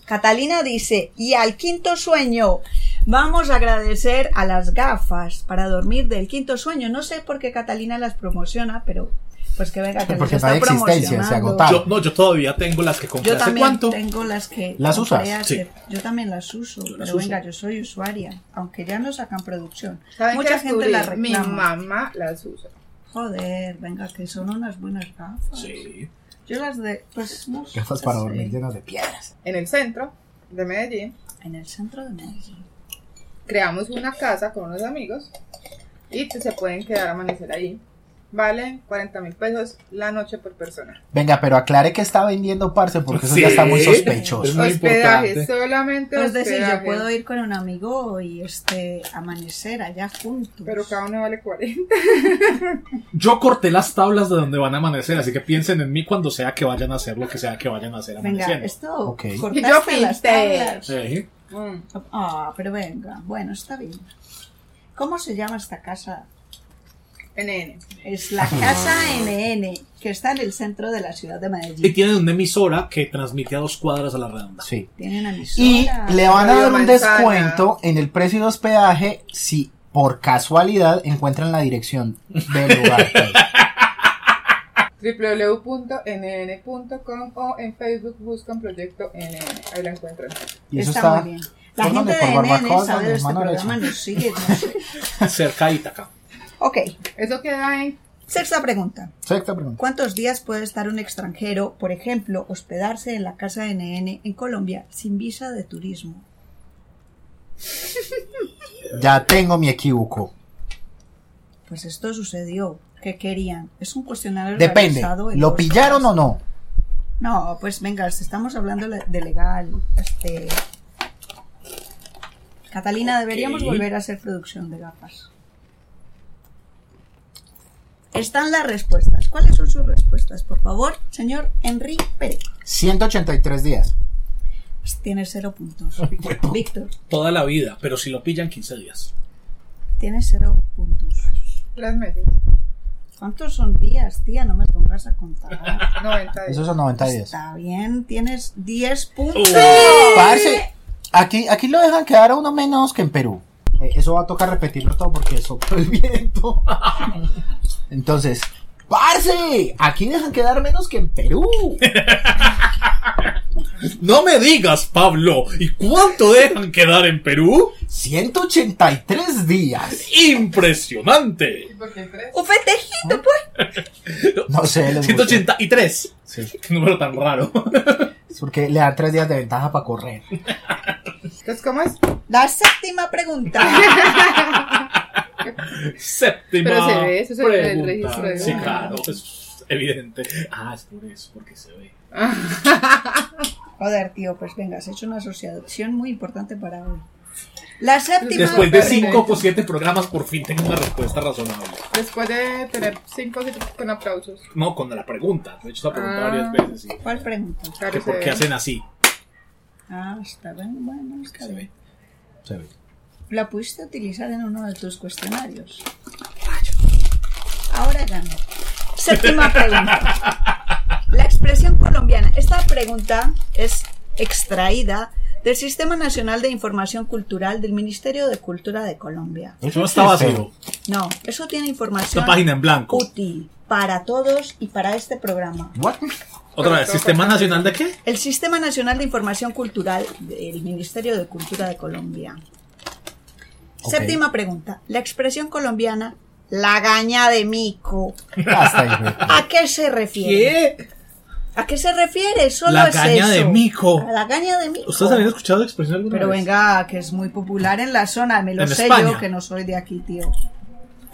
[SPEAKER 1] Catalina dice, y al quinto sueño, vamos a agradecer a las gafas para dormir del quinto sueño. No sé por qué Catalina las promociona, pero pues que venga que las
[SPEAKER 4] Porque no
[SPEAKER 1] está
[SPEAKER 4] hay existencia, se
[SPEAKER 1] promocionando.
[SPEAKER 4] agotaron.
[SPEAKER 2] Yo, no, yo todavía tengo las que compré
[SPEAKER 1] Yo
[SPEAKER 2] hace
[SPEAKER 1] también
[SPEAKER 2] cuánto.
[SPEAKER 1] tengo las que
[SPEAKER 4] ¿Las
[SPEAKER 1] compré
[SPEAKER 4] usas?
[SPEAKER 1] hace-
[SPEAKER 2] Sí.
[SPEAKER 1] Yo también las uso,
[SPEAKER 2] Yo las
[SPEAKER 1] pero
[SPEAKER 2] uso.
[SPEAKER 1] venga, yo soy usuaria, aunque ya no sacan producción.
[SPEAKER 3] ¿Saben qué
[SPEAKER 1] Mucha gente
[SPEAKER 3] descubrí?
[SPEAKER 1] las
[SPEAKER 3] Mi
[SPEAKER 1] reclama.
[SPEAKER 3] mamá las usa.
[SPEAKER 1] Joder, venga, que son unas buenas gafas.
[SPEAKER 2] Sí.
[SPEAKER 1] Yo las de, pues no sé,
[SPEAKER 4] Gafas para
[SPEAKER 1] sí.
[SPEAKER 4] dormir llenas de piedras.
[SPEAKER 3] En el centro de Medellín
[SPEAKER 1] En el centro de Medellín.
[SPEAKER 3] creamos una casa con unos amigos y te- se pueden quedar a amanecer ahí. Valen 40 mil pesos la noche por persona.
[SPEAKER 4] Venga, pero aclare que está vendiendo parce porque eso
[SPEAKER 2] Sí.
[SPEAKER 4] ya está muy
[SPEAKER 2] Es
[SPEAKER 4] sospechoso.
[SPEAKER 2] muy
[SPEAKER 3] hospedaje,
[SPEAKER 2] importante.
[SPEAKER 3] solamente
[SPEAKER 1] Es decir,
[SPEAKER 3] hospedaje.
[SPEAKER 1] yo puedo ir con un amigo y este amanecer allá juntos.
[SPEAKER 3] Pero cada uno vale 40.
[SPEAKER 2] Yo corté las tablas de donde van a amanecer, así que piensen en mí cuando sea que vayan a hacer lo que sea que vayan a hacer
[SPEAKER 1] venga,
[SPEAKER 2] amaneciendo.
[SPEAKER 1] esto
[SPEAKER 4] Ok.
[SPEAKER 1] cortaste
[SPEAKER 3] Yo pinté.
[SPEAKER 1] las tablas.
[SPEAKER 2] Sí.
[SPEAKER 3] Mm.
[SPEAKER 1] Ah, pero venga, bueno, está bien. ¿Cómo se llama esta casa?
[SPEAKER 3] NN.
[SPEAKER 1] Es la casa NN, que está en el centro de la ciudad de
[SPEAKER 2] Y
[SPEAKER 1] Medellín.
[SPEAKER 2] tienen una emisora que transmite a dos cuadras a la redonda.
[SPEAKER 4] Sí.
[SPEAKER 1] Tiene una emisora.
[SPEAKER 4] Y le van a
[SPEAKER 3] Radio
[SPEAKER 4] dar un
[SPEAKER 3] Manzana.
[SPEAKER 4] descuento en el precio de hospedaje si por casualidad encuentran la dirección del lugar. pues.
[SPEAKER 3] www.nn.com o en Facebook buscan Proyecto NN. Ahí la encuentran.
[SPEAKER 4] Y eso
[SPEAKER 1] está,
[SPEAKER 4] está,
[SPEAKER 1] muy bien. La
[SPEAKER 4] ¿por
[SPEAKER 1] gente
[SPEAKER 4] dónde?
[SPEAKER 1] de
[SPEAKER 4] ¿Por Barbacoa?
[SPEAKER 1] NN sabe
[SPEAKER 4] ¿Dónde?
[SPEAKER 1] de este
[SPEAKER 4] Mano derecha.
[SPEAKER 1] programa, nos sigue. no sé.
[SPEAKER 2] Cerca de Itaca.
[SPEAKER 1] Ok,
[SPEAKER 3] Eso queda en
[SPEAKER 1] sexta pregunta.
[SPEAKER 4] Sexta pregunta.
[SPEAKER 1] ¿Cuántos días puede estar un extranjero, por ejemplo, hospedarse en la casa de NN en Colombia sin visa de turismo?
[SPEAKER 4] Ya tengo mi equívoco.
[SPEAKER 1] Pues esto sucedió. ¿Qué querían? Es un cuestionario
[SPEAKER 4] Depende.
[SPEAKER 1] realizado en
[SPEAKER 4] ¿Lo
[SPEAKER 1] dos
[SPEAKER 4] pillaron o
[SPEAKER 1] horas.
[SPEAKER 4] no?
[SPEAKER 1] No, pues venga, si estamos hablando le- de legal. Este... Catalina, deberíamos
[SPEAKER 2] Ok.
[SPEAKER 1] volver a hacer producción de gafas. Están las respuestas. ¿Cuáles son sus respuestas? Por favor, señor Enrique Pérez.
[SPEAKER 4] 183 días.
[SPEAKER 1] Tiene cero puntos. Víctor.
[SPEAKER 2] Toda la vida, pero si lo pillan 15 días.
[SPEAKER 1] Tienes cero puntos.
[SPEAKER 3] las meses.
[SPEAKER 1] ¿Cuántos son días, tía? No me pongas a contar.
[SPEAKER 3] 90 días.
[SPEAKER 4] Esos son 90 días.
[SPEAKER 1] Está bien, tienes 10 puntos.
[SPEAKER 4] Oh. Parce, aquí, aquí lo dejan quedar a uno menos que en Perú. Eh, Eso va a tocar repetirlo todo porque sopló el viento. Entonces, parce, aquí dejan quedar menos que en Perú.
[SPEAKER 2] No me digas, Pablo, ¿y cuánto dejan quedar en Perú?
[SPEAKER 4] 183 días.
[SPEAKER 2] ¡Impresionante!
[SPEAKER 3] ¿Por qué tres?
[SPEAKER 1] Un festejito, pues.
[SPEAKER 4] No sé, les gusta.
[SPEAKER 2] 183. Qué número tan raro.
[SPEAKER 4] Es porque le dan 3 días de ventaja para correr.
[SPEAKER 3] Entonces, ¿cómo es?
[SPEAKER 1] La séptima pregunta.
[SPEAKER 2] Séptima.
[SPEAKER 3] Pero se ve, eso se ve en el
[SPEAKER 2] pregunta.
[SPEAKER 3] registro de
[SPEAKER 2] Sí,
[SPEAKER 3] Google.
[SPEAKER 2] claro, es evidente. Ah, es por eso, porque se ve.
[SPEAKER 1] Joder, tío, pues venga, has hecho una asociación muy importante para hoy. La séptima.
[SPEAKER 2] Después de
[SPEAKER 3] perfecto.
[SPEAKER 2] 5 o 7 programas, por fin tengo una respuesta razonable.
[SPEAKER 3] Después de tener cinco citas con aplausos.
[SPEAKER 2] No, con la pregunta. De hecho, se la pregunta
[SPEAKER 3] Ah.
[SPEAKER 2] varias veces. sí.
[SPEAKER 1] ¿Cuál pregunta?
[SPEAKER 3] Claro,
[SPEAKER 2] Que
[SPEAKER 3] se
[SPEAKER 2] ¿Por
[SPEAKER 3] ve.
[SPEAKER 2] qué hacen así?
[SPEAKER 1] Ah, está bien, bueno, está
[SPEAKER 2] Se ve.
[SPEAKER 1] bien. La pudiste utilizar en uno de tus cuestionarios. Ahora gano. Séptima pregunta. La expresión colombiana. Esta pregunta es extraída del Sistema Nacional de Información Cultural del Ministerio de Cultura de Colombia.
[SPEAKER 2] Eso está vacío.
[SPEAKER 1] No, eso tiene
[SPEAKER 2] Esta
[SPEAKER 1] información
[SPEAKER 2] página en blanco.
[SPEAKER 1] útil para todos y para este programa.
[SPEAKER 4] What?
[SPEAKER 2] Otra vez, ¿Sistema Nacional de qué?
[SPEAKER 1] El Sistema Nacional de Información Cultural del Ministerio de Cultura de Colombia.
[SPEAKER 4] Ok.
[SPEAKER 1] Séptima pregunta. La expresión colombiana, la gaña de mico,
[SPEAKER 4] Hasta ahí, güey.
[SPEAKER 2] Ah.
[SPEAKER 1] ¿a qué se refiere? ¿A qué se refiere? Solo
[SPEAKER 2] La
[SPEAKER 1] es
[SPEAKER 2] gaña
[SPEAKER 1] eso.
[SPEAKER 2] de mico.
[SPEAKER 1] A la gaña de mico.
[SPEAKER 2] ¿Ustedes habían escuchado la expresión alguna
[SPEAKER 1] Pero
[SPEAKER 2] vez?
[SPEAKER 1] venga, que es muy popular en la zona, me lo
[SPEAKER 2] En
[SPEAKER 1] sé
[SPEAKER 2] España.
[SPEAKER 1] yo que no soy de aquí, tío.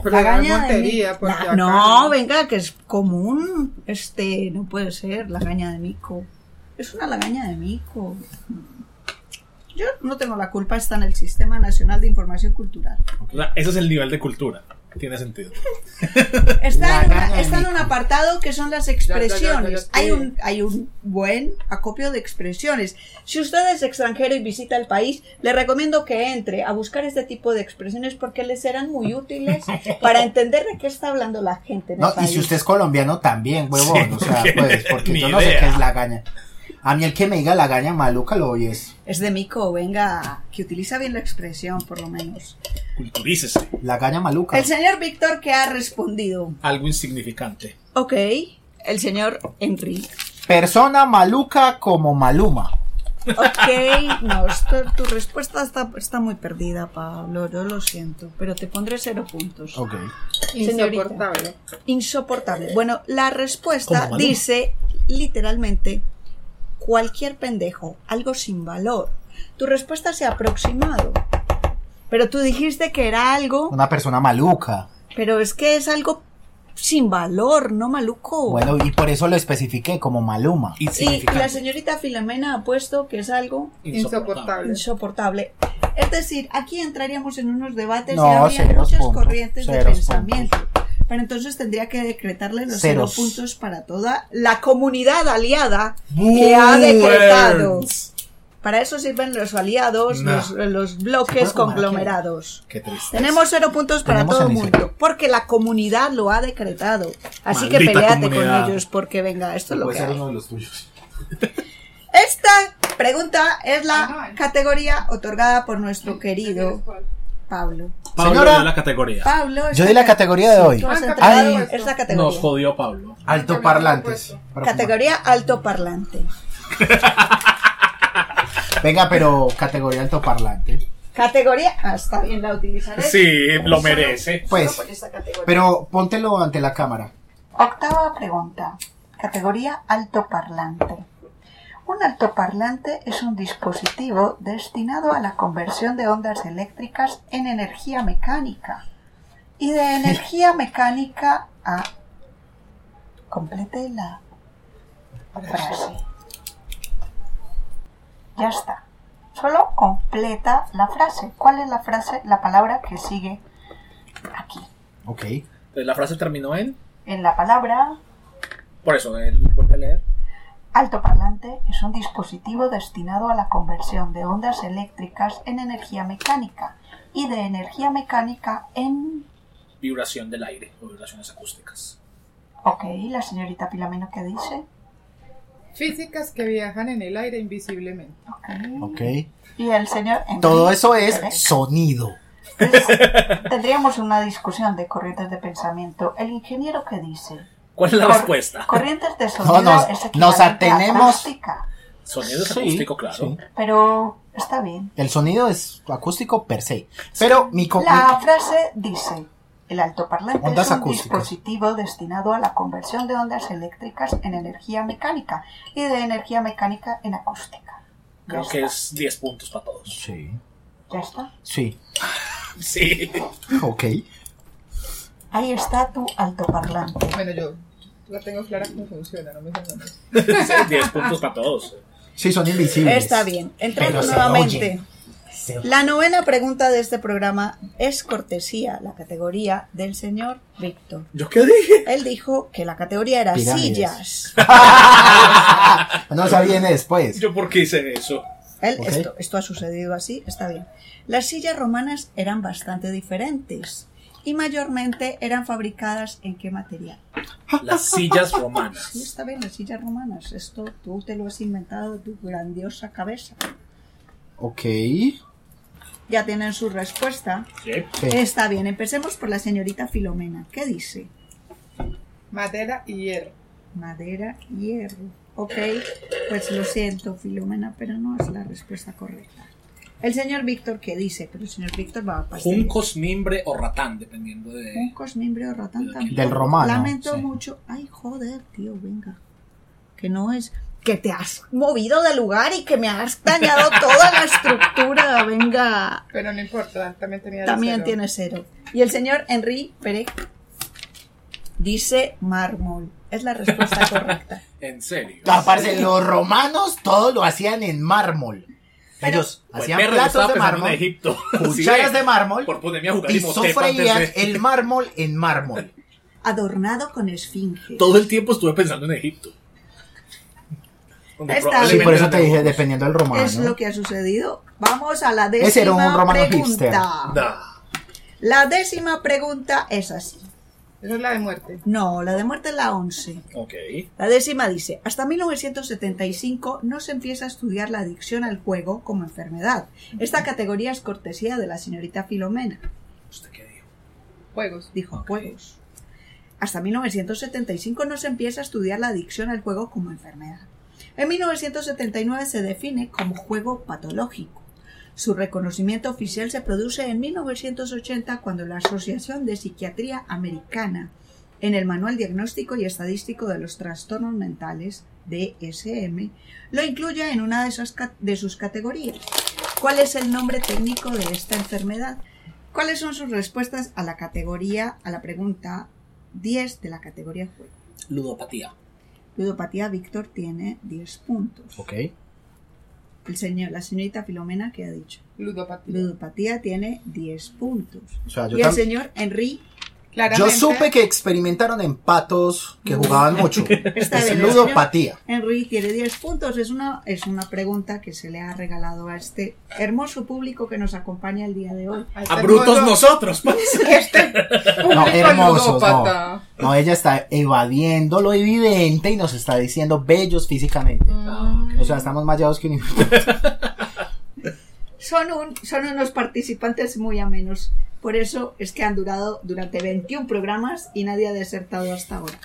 [SPEAKER 3] pero era
[SPEAKER 1] gaña de
[SPEAKER 3] montería,
[SPEAKER 1] Mico.
[SPEAKER 3] porque
[SPEAKER 1] Nah,
[SPEAKER 3] acá-
[SPEAKER 1] No, venga, que es común. Este, no puede ser, la gaña de mico. Es una lagaña de mico. Yo no tengo la culpa, está en el Sistema Nacional de Información Cultural.
[SPEAKER 2] O sea, ese es el nivel de cultura. Tiene sentido.
[SPEAKER 1] Está, en,
[SPEAKER 4] Lagaña
[SPEAKER 1] una-
[SPEAKER 4] de
[SPEAKER 1] está en
[SPEAKER 4] mico.
[SPEAKER 1] un apartado que son las
[SPEAKER 3] ya, ya,
[SPEAKER 1] expresiones.
[SPEAKER 3] ya, ya.
[SPEAKER 1] Hay, un, hay un buen acopio de expresiones. Si usted es extranjero y visita el país, le recomiendo que entre a buscar este tipo de expresiones porque les serán muy útiles para entender de qué está hablando la gente. en el
[SPEAKER 4] No, y
[SPEAKER 1] país.
[SPEAKER 4] si usted es colombiano también, huevón.
[SPEAKER 2] Sí,
[SPEAKER 4] o sea,
[SPEAKER 2] porque-
[SPEAKER 4] pues, porque
[SPEAKER 2] ni
[SPEAKER 4] yo no sé
[SPEAKER 2] idea.
[SPEAKER 4] qué es la gaña. A mí el que me diga la gaña maluca lo oyes.
[SPEAKER 1] Es de Mico, venga, que utiliza bien la expresión, por lo menos.
[SPEAKER 2] Culturícese.
[SPEAKER 4] La gaña maluca.
[SPEAKER 1] El señor Víctor que ha respondido.
[SPEAKER 2] Algo insignificante.
[SPEAKER 1] Ok, el señor Henry.
[SPEAKER 4] Persona maluca como Maluma.
[SPEAKER 1] Ok, no, esto- tu respuesta está, está muy perdida, Pablo, yo lo siento, pero te pondré cero puntos.
[SPEAKER 4] Ok.
[SPEAKER 1] Señorita.
[SPEAKER 3] Insoportable.
[SPEAKER 1] Insoportable. Bueno, la respuesta
[SPEAKER 2] Como Maluma.
[SPEAKER 1] dice literalmente cualquier pendejo, algo sin valor. Tu respuesta se ha aproximado, pero tú dijiste que era algo...
[SPEAKER 4] Una persona maluca.
[SPEAKER 1] Pero es que es algo sin valor, ¿no, maluco?
[SPEAKER 4] Bueno, y por eso lo especifiqué como Maluma.
[SPEAKER 1] y
[SPEAKER 2] Insignificante.
[SPEAKER 1] la señorita Filomena ha puesto que es algo
[SPEAKER 3] Insoportable.
[SPEAKER 1] insoportable. Es decir, aquí entraríamos en unos debates
[SPEAKER 4] No,
[SPEAKER 1] y habría
[SPEAKER 4] ceros
[SPEAKER 1] muchas
[SPEAKER 4] puntos,
[SPEAKER 1] corrientes de
[SPEAKER 4] ceros
[SPEAKER 1] pensamiento. Pero entonces tendría que decretarle los
[SPEAKER 4] Ceros.
[SPEAKER 1] cero puntos para toda la comunidad aliada que ha decretado.
[SPEAKER 2] Burns.
[SPEAKER 1] Para eso sirven los aliados,
[SPEAKER 2] No.
[SPEAKER 1] los, los
[SPEAKER 4] ¿Se puede
[SPEAKER 1] bloques
[SPEAKER 4] tomar aquí?
[SPEAKER 1] conglomerados.
[SPEAKER 2] Qué triste.
[SPEAKER 1] Tenemos cero puntos para
[SPEAKER 4] Tenemos
[SPEAKER 1] todo el
[SPEAKER 4] en ese.
[SPEAKER 1] mundo, porque la comunidad lo ha decretado. Así que
[SPEAKER 2] Maldita
[SPEAKER 1] peleate
[SPEAKER 2] comunidad.
[SPEAKER 1] con ellos, porque venga, esto es lo que hay.
[SPEAKER 4] de los tuyos.
[SPEAKER 1] Esta pregunta es la
[SPEAKER 3] Ah, no.
[SPEAKER 1] categoría otorgada por nuestro querido Pablo.
[SPEAKER 2] Pablo
[SPEAKER 4] Señora.
[SPEAKER 2] dio la categoría.
[SPEAKER 1] Pablo.
[SPEAKER 4] Yo
[SPEAKER 1] esta
[SPEAKER 4] di la
[SPEAKER 1] ca-
[SPEAKER 4] categoría de hoy.
[SPEAKER 1] tú has
[SPEAKER 3] Ah,
[SPEAKER 1] entregado
[SPEAKER 4] categoría.
[SPEAKER 1] esta
[SPEAKER 2] Nos
[SPEAKER 1] categoría.
[SPEAKER 2] jodió Pablo.
[SPEAKER 4] Alto parlantes.
[SPEAKER 1] Categoría altoparlante.
[SPEAKER 4] Venga, pero categoría alto parlante.
[SPEAKER 1] Categoría. Ah, está bien, la utilizaré.
[SPEAKER 2] Sí, lo merece.
[SPEAKER 1] Solo
[SPEAKER 4] Pues,
[SPEAKER 1] por esta categoría.
[SPEAKER 4] pero póntelo ante la cámara.
[SPEAKER 1] Octava pregunta. Categoría altoparlante. Un altoparlante es un dispositivo destinado a la conversión de ondas eléctricas en energía mecánica y de energía mecánica a... Complete la frase. Ya está. Solo completa la frase. ¿Cuál es la frase, la palabra que sigue aquí?
[SPEAKER 4] Ok.
[SPEAKER 2] La frase terminó en.
[SPEAKER 1] En la palabra
[SPEAKER 2] Por eso, él vuelve a leer.
[SPEAKER 1] Altoparlante es un dispositivo destinado a la conversión de ondas eléctricas en energía mecánica y de energía mecánica en...
[SPEAKER 2] Vibración del aire o vibraciones acústicas.
[SPEAKER 1] Ok, la señorita Pilameno que dice.
[SPEAKER 3] Físicas que viajan en el aire invisiblemente.
[SPEAKER 1] Ok.
[SPEAKER 4] Ok.
[SPEAKER 1] Y el señor... Enrique,
[SPEAKER 4] Todo eso es
[SPEAKER 1] ¿eh?
[SPEAKER 4] sonido.
[SPEAKER 1] Tendríamos una discusión de corrientes de pensamiento. El ingeniero que dice...
[SPEAKER 2] ¿Cuál es la
[SPEAKER 1] Cor-
[SPEAKER 2] respuesta?
[SPEAKER 1] Corrientes de sonido
[SPEAKER 4] nos-
[SPEAKER 1] es equivalente
[SPEAKER 4] nos
[SPEAKER 1] a
[SPEAKER 4] atenemos-
[SPEAKER 1] plástica,
[SPEAKER 2] Sonido
[SPEAKER 4] Sí,
[SPEAKER 2] acústico, claro.
[SPEAKER 4] sí.
[SPEAKER 1] pero está bien.
[SPEAKER 4] El sonido es acústico per se. Pero mi, co-
[SPEAKER 1] La frase dice, el altoparlante
[SPEAKER 4] Ondas
[SPEAKER 1] es un
[SPEAKER 4] acústicas.
[SPEAKER 1] dispositivo destinado a la conversión de ondas eléctricas en energía mecánica y de energía mecánica en acústica. Ya
[SPEAKER 2] Creo
[SPEAKER 1] está.
[SPEAKER 2] que es 10 puntos para todos.
[SPEAKER 4] Sí.
[SPEAKER 1] Ya está.
[SPEAKER 4] Sí.
[SPEAKER 2] Sí.
[SPEAKER 4] Ok.
[SPEAKER 1] Ahí está tu altoparlante.
[SPEAKER 3] Bueno, yo la tengo clara cómo funciona, no me sé el nombre.
[SPEAKER 2] 10 puntos para todos.
[SPEAKER 4] Sí, son invisibles. Pero se oyen. Se-
[SPEAKER 1] La novena pregunta de este programa es cortesía, la categoría del señor Víctor.
[SPEAKER 2] ¿Yo qué dije?
[SPEAKER 1] Él dijo que la categoría era
[SPEAKER 4] Pirámides.
[SPEAKER 1] sillas.
[SPEAKER 4] no, esa viene después.
[SPEAKER 2] ¿Yo por qué hice eso?
[SPEAKER 1] Él-
[SPEAKER 4] Ok.
[SPEAKER 1] esto, esto ha sucedido así, está bien. Las sillas romanas eran bastante diferentes y mayormente eran fabricadas en qué material.
[SPEAKER 2] Las sillas
[SPEAKER 1] Sí,
[SPEAKER 2] romanas.
[SPEAKER 1] está bien, las sillas romanas. Esto tú te lo has inventado de tu grandiosa cabeza.
[SPEAKER 4] Ok.
[SPEAKER 1] Ya tienen su respuesta.
[SPEAKER 2] Sí.
[SPEAKER 1] Está bien, empecemos por la señorita Filomena. ¿Qué dice?
[SPEAKER 3] Madera y hierro.
[SPEAKER 1] Madera, hierro. Ok, pues lo siento, Filomena, pero no es la respuesta correcta. El señor Víctor, ¿qué dice? Pero el señor Víctor va a pasar.
[SPEAKER 2] Juncos, mimbre o ratán, dependiendo de.
[SPEAKER 1] Juncos, mimbre o ratán también.
[SPEAKER 4] Del romano.
[SPEAKER 1] Lamento
[SPEAKER 2] sí.
[SPEAKER 1] mucho. Ay, joder, tío, venga. Que no es. que te has movido de lugar y que me has dañado toda la estructura. Venga.
[SPEAKER 3] Pero no importa, también tenía el
[SPEAKER 1] También
[SPEAKER 3] cero.
[SPEAKER 1] tiene cero. Y el señor Henry Pérez dice mármol. Es la respuesta correcta.
[SPEAKER 2] En serio.
[SPEAKER 4] Aparte, los romanos todo lo hacían en mármol. Ellos
[SPEAKER 2] Pues,
[SPEAKER 4] hacían
[SPEAKER 2] perro, yo estaba
[SPEAKER 4] platos
[SPEAKER 2] pensando
[SPEAKER 4] de
[SPEAKER 2] en
[SPEAKER 4] mármol,
[SPEAKER 2] Egipto. pues,
[SPEAKER 4] cucharas
[SPEAKER 2] Sí,
[SPEAKER 4] de mármol
[SPEAKER 2] Por ponerme a jugar
[SPEAKER 4] y
[SPEAKER 2] Imhotep antes
[SPEAKER 4] sofreían
[SPEAKER 2] de-
[SPEAKER 4] el mármol en mármol.
[SPEAKER 1] Adornado con esfinge.
[SPEAKER 2] Todo el tiempo estuve pensando en Egipto. Donde
[SPEAKER 1] Está
[SPEAKER 4] Sí,
[SPEAKER 2] probablemente
[SPEAKER 4] por eso te
[SPEAKER 2] tenemos-
[SPEAKER 4] dije, dependiendo del romano.
[SPEAKER 1] Es lo que ha sucedido. Vamos a la décima
[SPEAKER 4] Ese era un romano hipster.
[SPEAKER 1] pregunta.
[SPEAKER 2] Nah.
[SPEAKER 1] La décima pregunta es así.
[SPEAKER 3] Esa es la de muerte.
[SPEAKER 1] No, la de muerte es la once.
[SPEAKER 2] Ok.
[SPEAKER 1] La décima dice, hasta 1975 no se empieza a estudiar la adicción al juego como enfermedad. Esta categoría es cortesía de la señorita Filomena,
[SPEAKER 2] ¿Usted qué dijo?
[SPEAKER 3] Juegos.
[SPEAKER 1] dijo Juegos. Hasta 1975 no se empieza a estudiar la adicción al juego como enfermedad. En 1979 se define como juego patológico. Su reconocimiento oficial se produce en 1980 cuando la Asociación de Psiquiatría Americana, en el Manual Diagnóstico y Estadístico de los Trastornos Mentales, DSM, lo incluye en una de, esas ca- de sus categorías. ¿Cuál es el nombre técnico de esta enfermedad? ¿Cuáles son sus respuestas a la categoría, a la pregunta 10 de la categoría juego?
[SPEAKER 2] Ludopatía.
[SPEAKER 1] Ludopatía Víctor tiene 10 puntos.
[SPEAKER 4] Ok.
[SPEAKER 1] El señor, la señorita Filomena que ha dicho.
[SPEAKER 3] Ludopatía.
[SPEAKER 1] Ludopatía tiene 10 puntos.
[SPEAKER 4] O sea, yo,
[SPEAKER 1] Y el
[SPEAKER 4] tam-
[SPEAKER 1] señor Henry
[SPEAKER 4] yo
[SPEAKER 3] Claramente,
[SPEAKER 4] supe que experimentaron en patos que jugaban mucho.
[SPEAKER 1] Está
[SPEAKER 4] es
[SPEAKER 1] bien,
[SPEAKER 4] ludopatía.
[SPEAKER 1] Henry tiene 10 puntos. Es una, es una pregunta que se le ha regalado a este hermoso público que nos acompaña el día de hoy.
[SPEAKER 3] a este
[SPEAKER 2] A brutos
[SPEAKER 3] mundo-
[SPEAKER 2] nosotros, pues.
[SPEAKER 4] No,
[SPEAKER 3] público
[SPEAKER 4] hermosos, no.
[SPEAKER 3] ludópata.
[SPEAKER 4] No, ella está evadiendo lo evidente y nos está diciendo bellos físicamente. O sea, estamos más llevados que un
[SPEAKER 1] Son, un, son unos participantes muy amenos. Por eso es que han durado durante 21 programas y nadie ha desertado hasta ahora.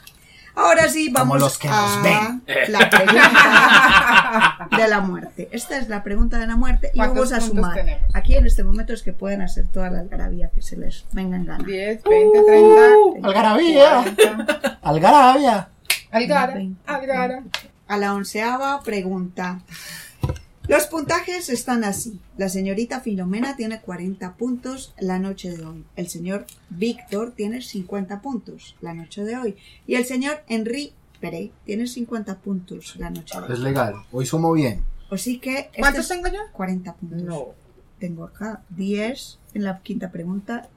[SPEAKER 1] Ahora sí,
[SPEAKER 4] Como
[SPEAKER 1] vamos
[SPEAKER 4] los que
[SPEAKER 1] a
[SPEAKER 4] nos ven.
[SPEAKER 1] la pregunta de la muerte. Esta es la pregunta de la muerte y
[SPEAKER 3] ¿Cuántos
[SPEAKER 1] vamos a
[SPEAKER 3] puntos
[SPEAKER 1] sumar.
[SPEAKER 3] tenemos?
[SPEAKER 1] Aquí en este momento es que pueden hacer toda la algarabía que se les venga en gana.
[SPEAKER 3] 10, 20, 30.
[SPEAKER 1] Uh,
[SPEAKER 4] Algarabía.
[SPEAKER 3] 40.
[SPEAKER 4] Algarabia.
[SPEAKER 3] Algara,
[SPEAKER 1] Veinte,
[SPEAKER 3] Algara.
[SPEAKER 1] A la onceava pregunta. Los puntajes están así. La señorita Filomena tiene 40 puntos la noche de hoy. El señor Víctor tiene 50 puntos la noche de hoy. Y el señor Henry Pérez tiene 50 puntos la noche de
[SPEAKER 4] Es
[SPEAKER 1] hoy.
[SPEAKER 4] legal. Hoy sumo bien.
[SPEAKER 1] Así que... este es
[SPEAKER 3] ¿Cuántos tengo yo?
[SPEAKER 1] 40 puntos. Tengo acá 10 en la quinta pregunta,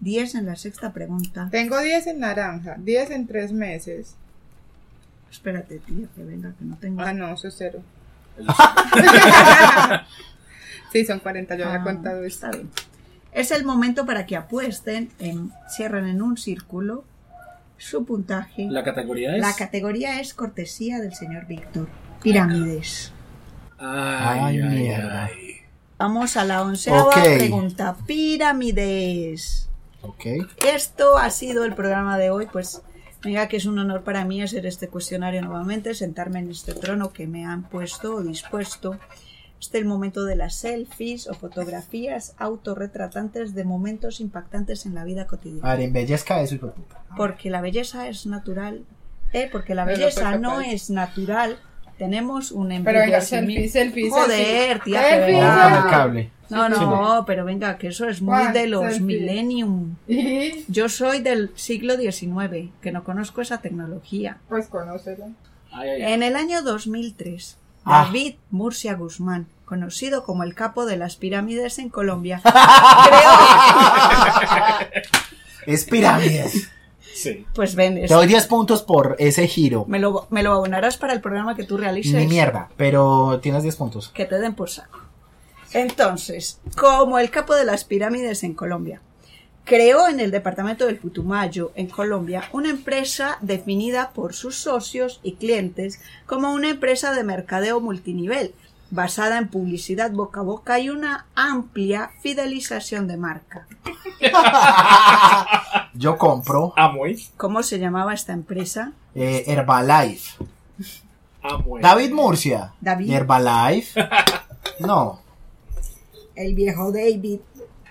[SPEAKER 1] 10 en la sexta pregunta.
[SPEAKER 3] Tengo 10 en naranja, 10 en 3 meses.
[SPEAKER 1] Espérate, tío, que venga, que no tengo...
[SPEAKER 3] Ah, no, eso es cero. sí, son 40, yo había
[SPEAKER 1] Ah,
[SPEAKER 3] contado esto.
[SPEAKER 1] está bien. Es el momento para que apuesten, en, cierran en un círculo su puntaje.
[SPEAKER 2] La categoría es.
[SPEAKER 1] La categoría es cortesía del señor Víctor. Pirámides.
[SPEAKER 2] Ay,
[SPEAKER 4] Ay,
[SPEAKER 2] ay,
[SPEAKER 4] mierda.
[SPEAKER 2] ay.
[SPEAKER 1] Vamos a la onceava
[SPEAKER 4] Ok.
[SPEAKER 1] pregunta. Pirámides.
[SPEAKER 4] Ok.
[SPEAKER 1] Esto ha sido el programa de hoy, pues mira que es un honor para mí hacer este cuestionario nuevamente, sentarme en este trono que me han puesto o dispuesto. Este es el momento de las selfies o fotografías autorretratantes de momentos impactantes en la vida
[SPEAKER 4] A
[SPEAKER 1] cotidiana.
[SPEAKER 4] ver, embellezca eso, hijo de puta.
[SPEAKER 1] Porque la belleza es natural, eh, porque la
[SPEAKER 3] No lo
[SPEAKER 1] belleza
[SPEAKER 3] soy
[SPEAKER 1] no
[SPEAKER 3] capaz.
[SPEAKER 1] es natural. Tenemos un
[SPEAKER 3] Pero venga, selfie,
[SPEAKER 1] embellecimiento.
[SPEAKER 3] selfie,
[SPEAKER 1] Joder,
[SPEAKER 3] selfie.
[SPEAKER 1] tía, que
[SPEAKER 3] Selfie,
[SPEAKER 1] venga.
[SPEAKER 4] Ah,
[SPEAKER 3] selfie.
[SPEAKER 4] el cable.
[SPEAKER 1] No,
[SPEAKER 4] Sí,
[SPEAKER 1] no, pero venga, que eso es muy
[SPEAKER 3] Juan,
[SPEAKER 1] de los
[SPEAKER 3] selfie.
[SPEAKER 1] millennium.
[SPEAKER 3] Y
[SPEAKER 1] Yo soy del siglo XIX, que no conozco esa tecnología.
[SPEAKER 3] pues conócelo.
[SPEAKER 2] Ay, ay, ay.
[SPEAKER 1] En el año 2003,
[SPEAKER 4] Ah.
[SPEAKER 1] David Murcia Guzmán, conocido como el capo de las pirámides en Colombia, creó...
[SPEAKER 4] Es pirámides.
[SPEAKER 2] Sí.
[SPEAKER 1] Pues ven,
[SPEAKER 4] Te
[SPEAKER 1] es-
[SPEAKER 4] doy 10 puntos por ese giro.
[SPEAKER 1] me, lo, me lo abonarás para el programa que tú realices.
[SPEAKER 4] Ni mierda, pero tienes 10 puntos.
[SPEAKER 1] Que te den por saco. Entonces, como el capo de las pirámides en Colombia, creó en el departamento del Putumayo, en Colombia, una empresa definida por sus socios y clientes como una empresa de mercadeo multinivel, basada en publicidad boca a boca y una amplia fidelización de marca.
[SPEAKER 4] Yo compro
[SPEAKER 2] Amway.
[SPEAKER 1] ¿Cómo se llamaba esta empresa?
[SPEAKER 4] eh, Herbalife.
[SPEAKER 2] Amway.
[SPEAKER 4] David Murcia.
[SPEAKER 1] Pues, David.
[SPEAKER 4] Herbalife. No.
[SPEAKER 1] El viejo David.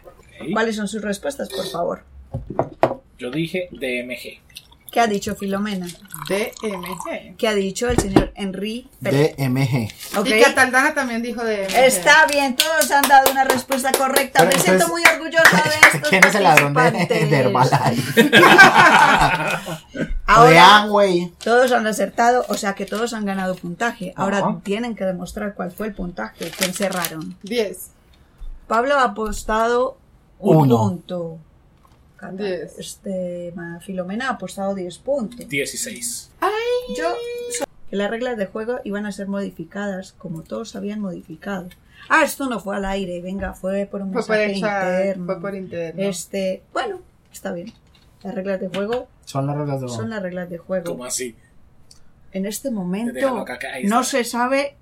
[SPEAKER 2] Ok.
[SPEAKER 1] ¿Cuáles son sus respuestas, por favor?
[SPEAKER 2] Yo dije DMG.
[SPEAKER 1] ¿Qué ha dicho Filomena?
[SPEAKER 3] DMG.
[SPEAKER 1] ¿Qué ha dicho el señor Henry Pérez?
[SPEAKER 4] DMG.
[SPEAKER 1] Ok.
[SPEAKER 3] Y Cataldana también dijo de.
[SPEAKER 1] Está bien, todos han dado una respuesta correcta.
[SPEAKER 4] Pero
[SPEAKER 1] Me
[SPEAKER 4] entonces,
[SPEAKER 1] siento muy orgullosa de estos
[SPEAKER 4] ¿Quién es el ladrón de,
[SPEAKER 1] participantes.
[SPEAKER 4] de Herbalife? de
[SPEAKER 1] Ahora,
[SPEAKER 4] Amway.
[SPEAKER 1] todos han acertado, o sea que todos han ganado puntaje. Ahora
[SPEAKER 2] Ajá.
[SPEAKER 1] tienen que demostrar cuál fue el puntaje que encerraron.
[SPEAKER 3] 10.
[SPEAKER 1] Pablo ha apostado un
[SPEAKER 4] Uno.
[SPEAKER 1] punto. Cata-
[SPEAKER 3] Diez.
[SPEAKER 1] Este, ma- Filomena ha apostado 10 puntos.
[SPEAKER 2] 16.
[SPEAKER 1] Yo so- que las reglas de juego iban a ser modificadas, como todos habían modificado. Ah, esto no fue al aire, venga, fue por un
[SPEAKER 3] Fue por
[SPEAKER 1] mensaje
[SPEAKER 3] el chat.
[SPEAKER 1] interno.
[SPEAKER 3] Fue por interno.
[SPEAKER 1] Este, bueno, está bien. Las reglas de juego
[SPEAKER 4] Son las reglas de
[SPEAKER 1] son las reglas de
[SPEAKER 2] ¿Cómo
[SPEAKER 1] juego.
[SPEAKER 2] así?
[SPEAKER 1] En este
[SPEAKER 2] Déjalo
[SPEAKER 1] momento
[SPEAKER 2] acá, acá, ahí
[SPEAKER 1] no
[SPEAKER 2] está.
[SPEAKER 1] se sabe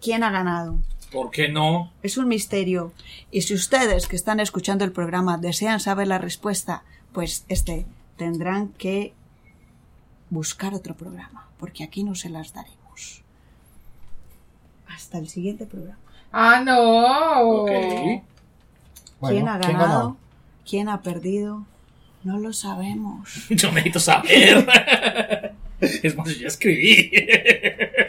[SPEAKER 1] quién ha ganado.
[SPEAKER 2] ¿Por qué no?
[SPEAKER 1] Es un misterio. Y si ustedes que están escuchando el programa desean saber la respuesta, pues este tendrán que buscar otro programa, porque aquí no se las daremos. Hasta el siguiente programa.
[SPEAKER 3] Ah, no.
[SPEAKER 2] Ok. Oh.
[SPEAKER 4] Bueno,
[SPEAKER 1] ¿Quién ha
[SPEAKER 4] ¿quién
[SPEAKER 1] ganado?
[SPEAKER 4] ganó?
[SPEAKER 1] ¿Quién ha perdido? No lo sabemos.
[SPEAKER 2] Yo necesito saber. es más, yo ya escribí.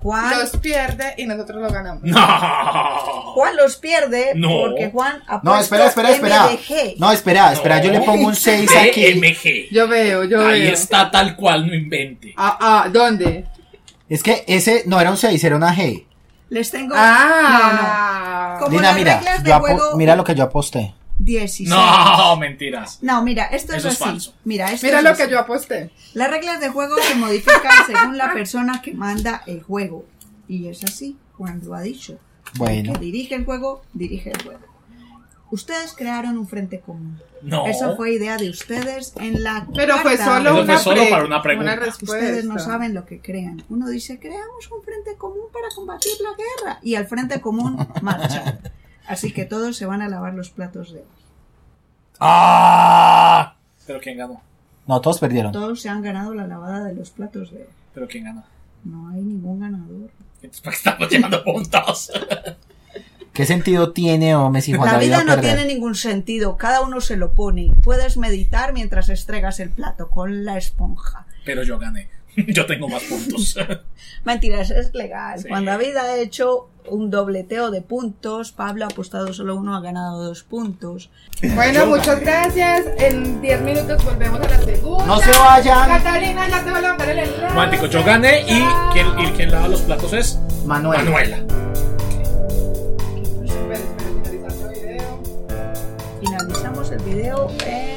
[SPEAKER 1] Juan,
[SPEAKER 3] Los pierde y nosotros lo ganamos.
[SPEAKER 2] no.
[SPEAKER 1] Juan los pierde
[SPEAKER 2] No.
[SPEAKER 1] porque Juan ha
[SPEAKER 4] No, espera,
[SPEAKER 1] puesto
[SPEAKER 4] espera, espera.
[SPEAKER 1] MDG.
[SPEAKER 4] No, espera, espera, yo le pongo un 6 aquí.
[SPEAKER 2] DMG.
[SPEAKER 3] Yo veo, yo
[SPEAKER 2] Ahí
[SPEAKER 3] veo.
[SPEAKER 2] está tal cual, no invente.
[SPEAKER 3] Ah, ah, ¿dónde?
[SPEAKER 4] Es que ese no era un 6, era una G.
[SPEAKER 1] Les tengo
[SPEAKER 3] Ah,
[SPEAKER 1] No, no. Como
[SPEAKER 4] Lina,
[SPEAKER 1] las
[SPEAKER 4] mira,
[SPEAKER 1] reglas de
[SPEAKER 4] yo apo-
[SPEAKER 1] juego-
[SPEAKER 4] mira lo que yo aposté.
[SPEAKER 1] 16.
[SPEAKER 2] No, mentiras.
[SPEAKER 1] No, mira, esto es
[SPEAKER 2] Eso es
[SPEAKER 1] así.
[SPEAKER 2] falso.
[SPEAKER 1] Mira, esto
[SPEAKER 3] Mira
[SPEAKER 1] es
[SPEAKER 3] lo
[SPEAKER 1] así.
[SPEAKER 3] que yo aposté.
[SPEAKER 1] Las reglas de juego se modifican según la persona que manda el juego. Y es así, Juan lo ha dicho. El
[SPEAKER 4] Bueno,
[SPEAKER 1] que dirige el juego, dirige el juego. Ustedes crearon un frente común.
[SPEAKER 2] No.
[SPEAKER 1] Eso fue idea de ustedes en la
[SPEAKER 3] Pero fue
[SPEAKER 1] carta.
[SPEAKER 3] solo,
[SPEAKER 2] Eso fue
[SPEAKER 3] una,
[SPEAKER 2] solo
[SPEAKER 3] pre-
[SPEAKER 2] para una pregunta.
[SPEAKER 3] respuesta.
[SPEAKER 1] Ustedes no saben lo que crean. Uno dice, creamos un frente común para combatir la guerra. Y al frente común marcha. Así que todos se van a lavar los platos de hoy.
[SPEAKER 2] ¡Ah! Pero quién ganó.
[SPEAKER 4] no, todos perdieron.
[SPEAKER 1] Todos se han ganado la lavada de los platos de hoy.
[SPEAKER 2] Pero quién ganó.
[SPEAKER 1] No hay ningún ganador.
[SPEAKER 2] Entonces, ¿para qué estamos llevando puntos?
[SPEAKER 4] ¿Qué sentido tiene, hombre, si Juan
[SPEAKER 1] la
[SPEAKER 4] David va
[SPEAKER 1] vida
[SPEAKER 4] a
[SPEAKER 1] no tiene
[SPEAKER 4] perder?
[SPEAKER 1] ningún sentido, cada uno se lo pone. Puedes meditar mientras estregas el plato con la esponja.
[SPEAKER 2] Pero yo gané. Yo tengo más puntos.
[SPEAKER 1] Mentiras, es legal.
[SPEAKER 2] Sí.
[SPEAKER 1] Juan David ha hecho un dobleteo de puntos, Pablo ha apostado solo uno, ha ganado dos puntos.
[SPEAKER 3] Bueno, muchas gracias. En 10 minutos volvemos a la segunda.
[SPEAKER 4] No se vayan,
[SPEAKER 3] Catalina, ya te voy a mandar el enlace.
[SPEAKER 2] Mántico, yo gané y quien, y quien lava los platos es
[SPEAKER 4] Manuel.
[SPEAKER 2] Manuela.
[SPEAKER 3] Espera, espera, finalizando el video.
[SPEAKER 1] Finalizamos el video en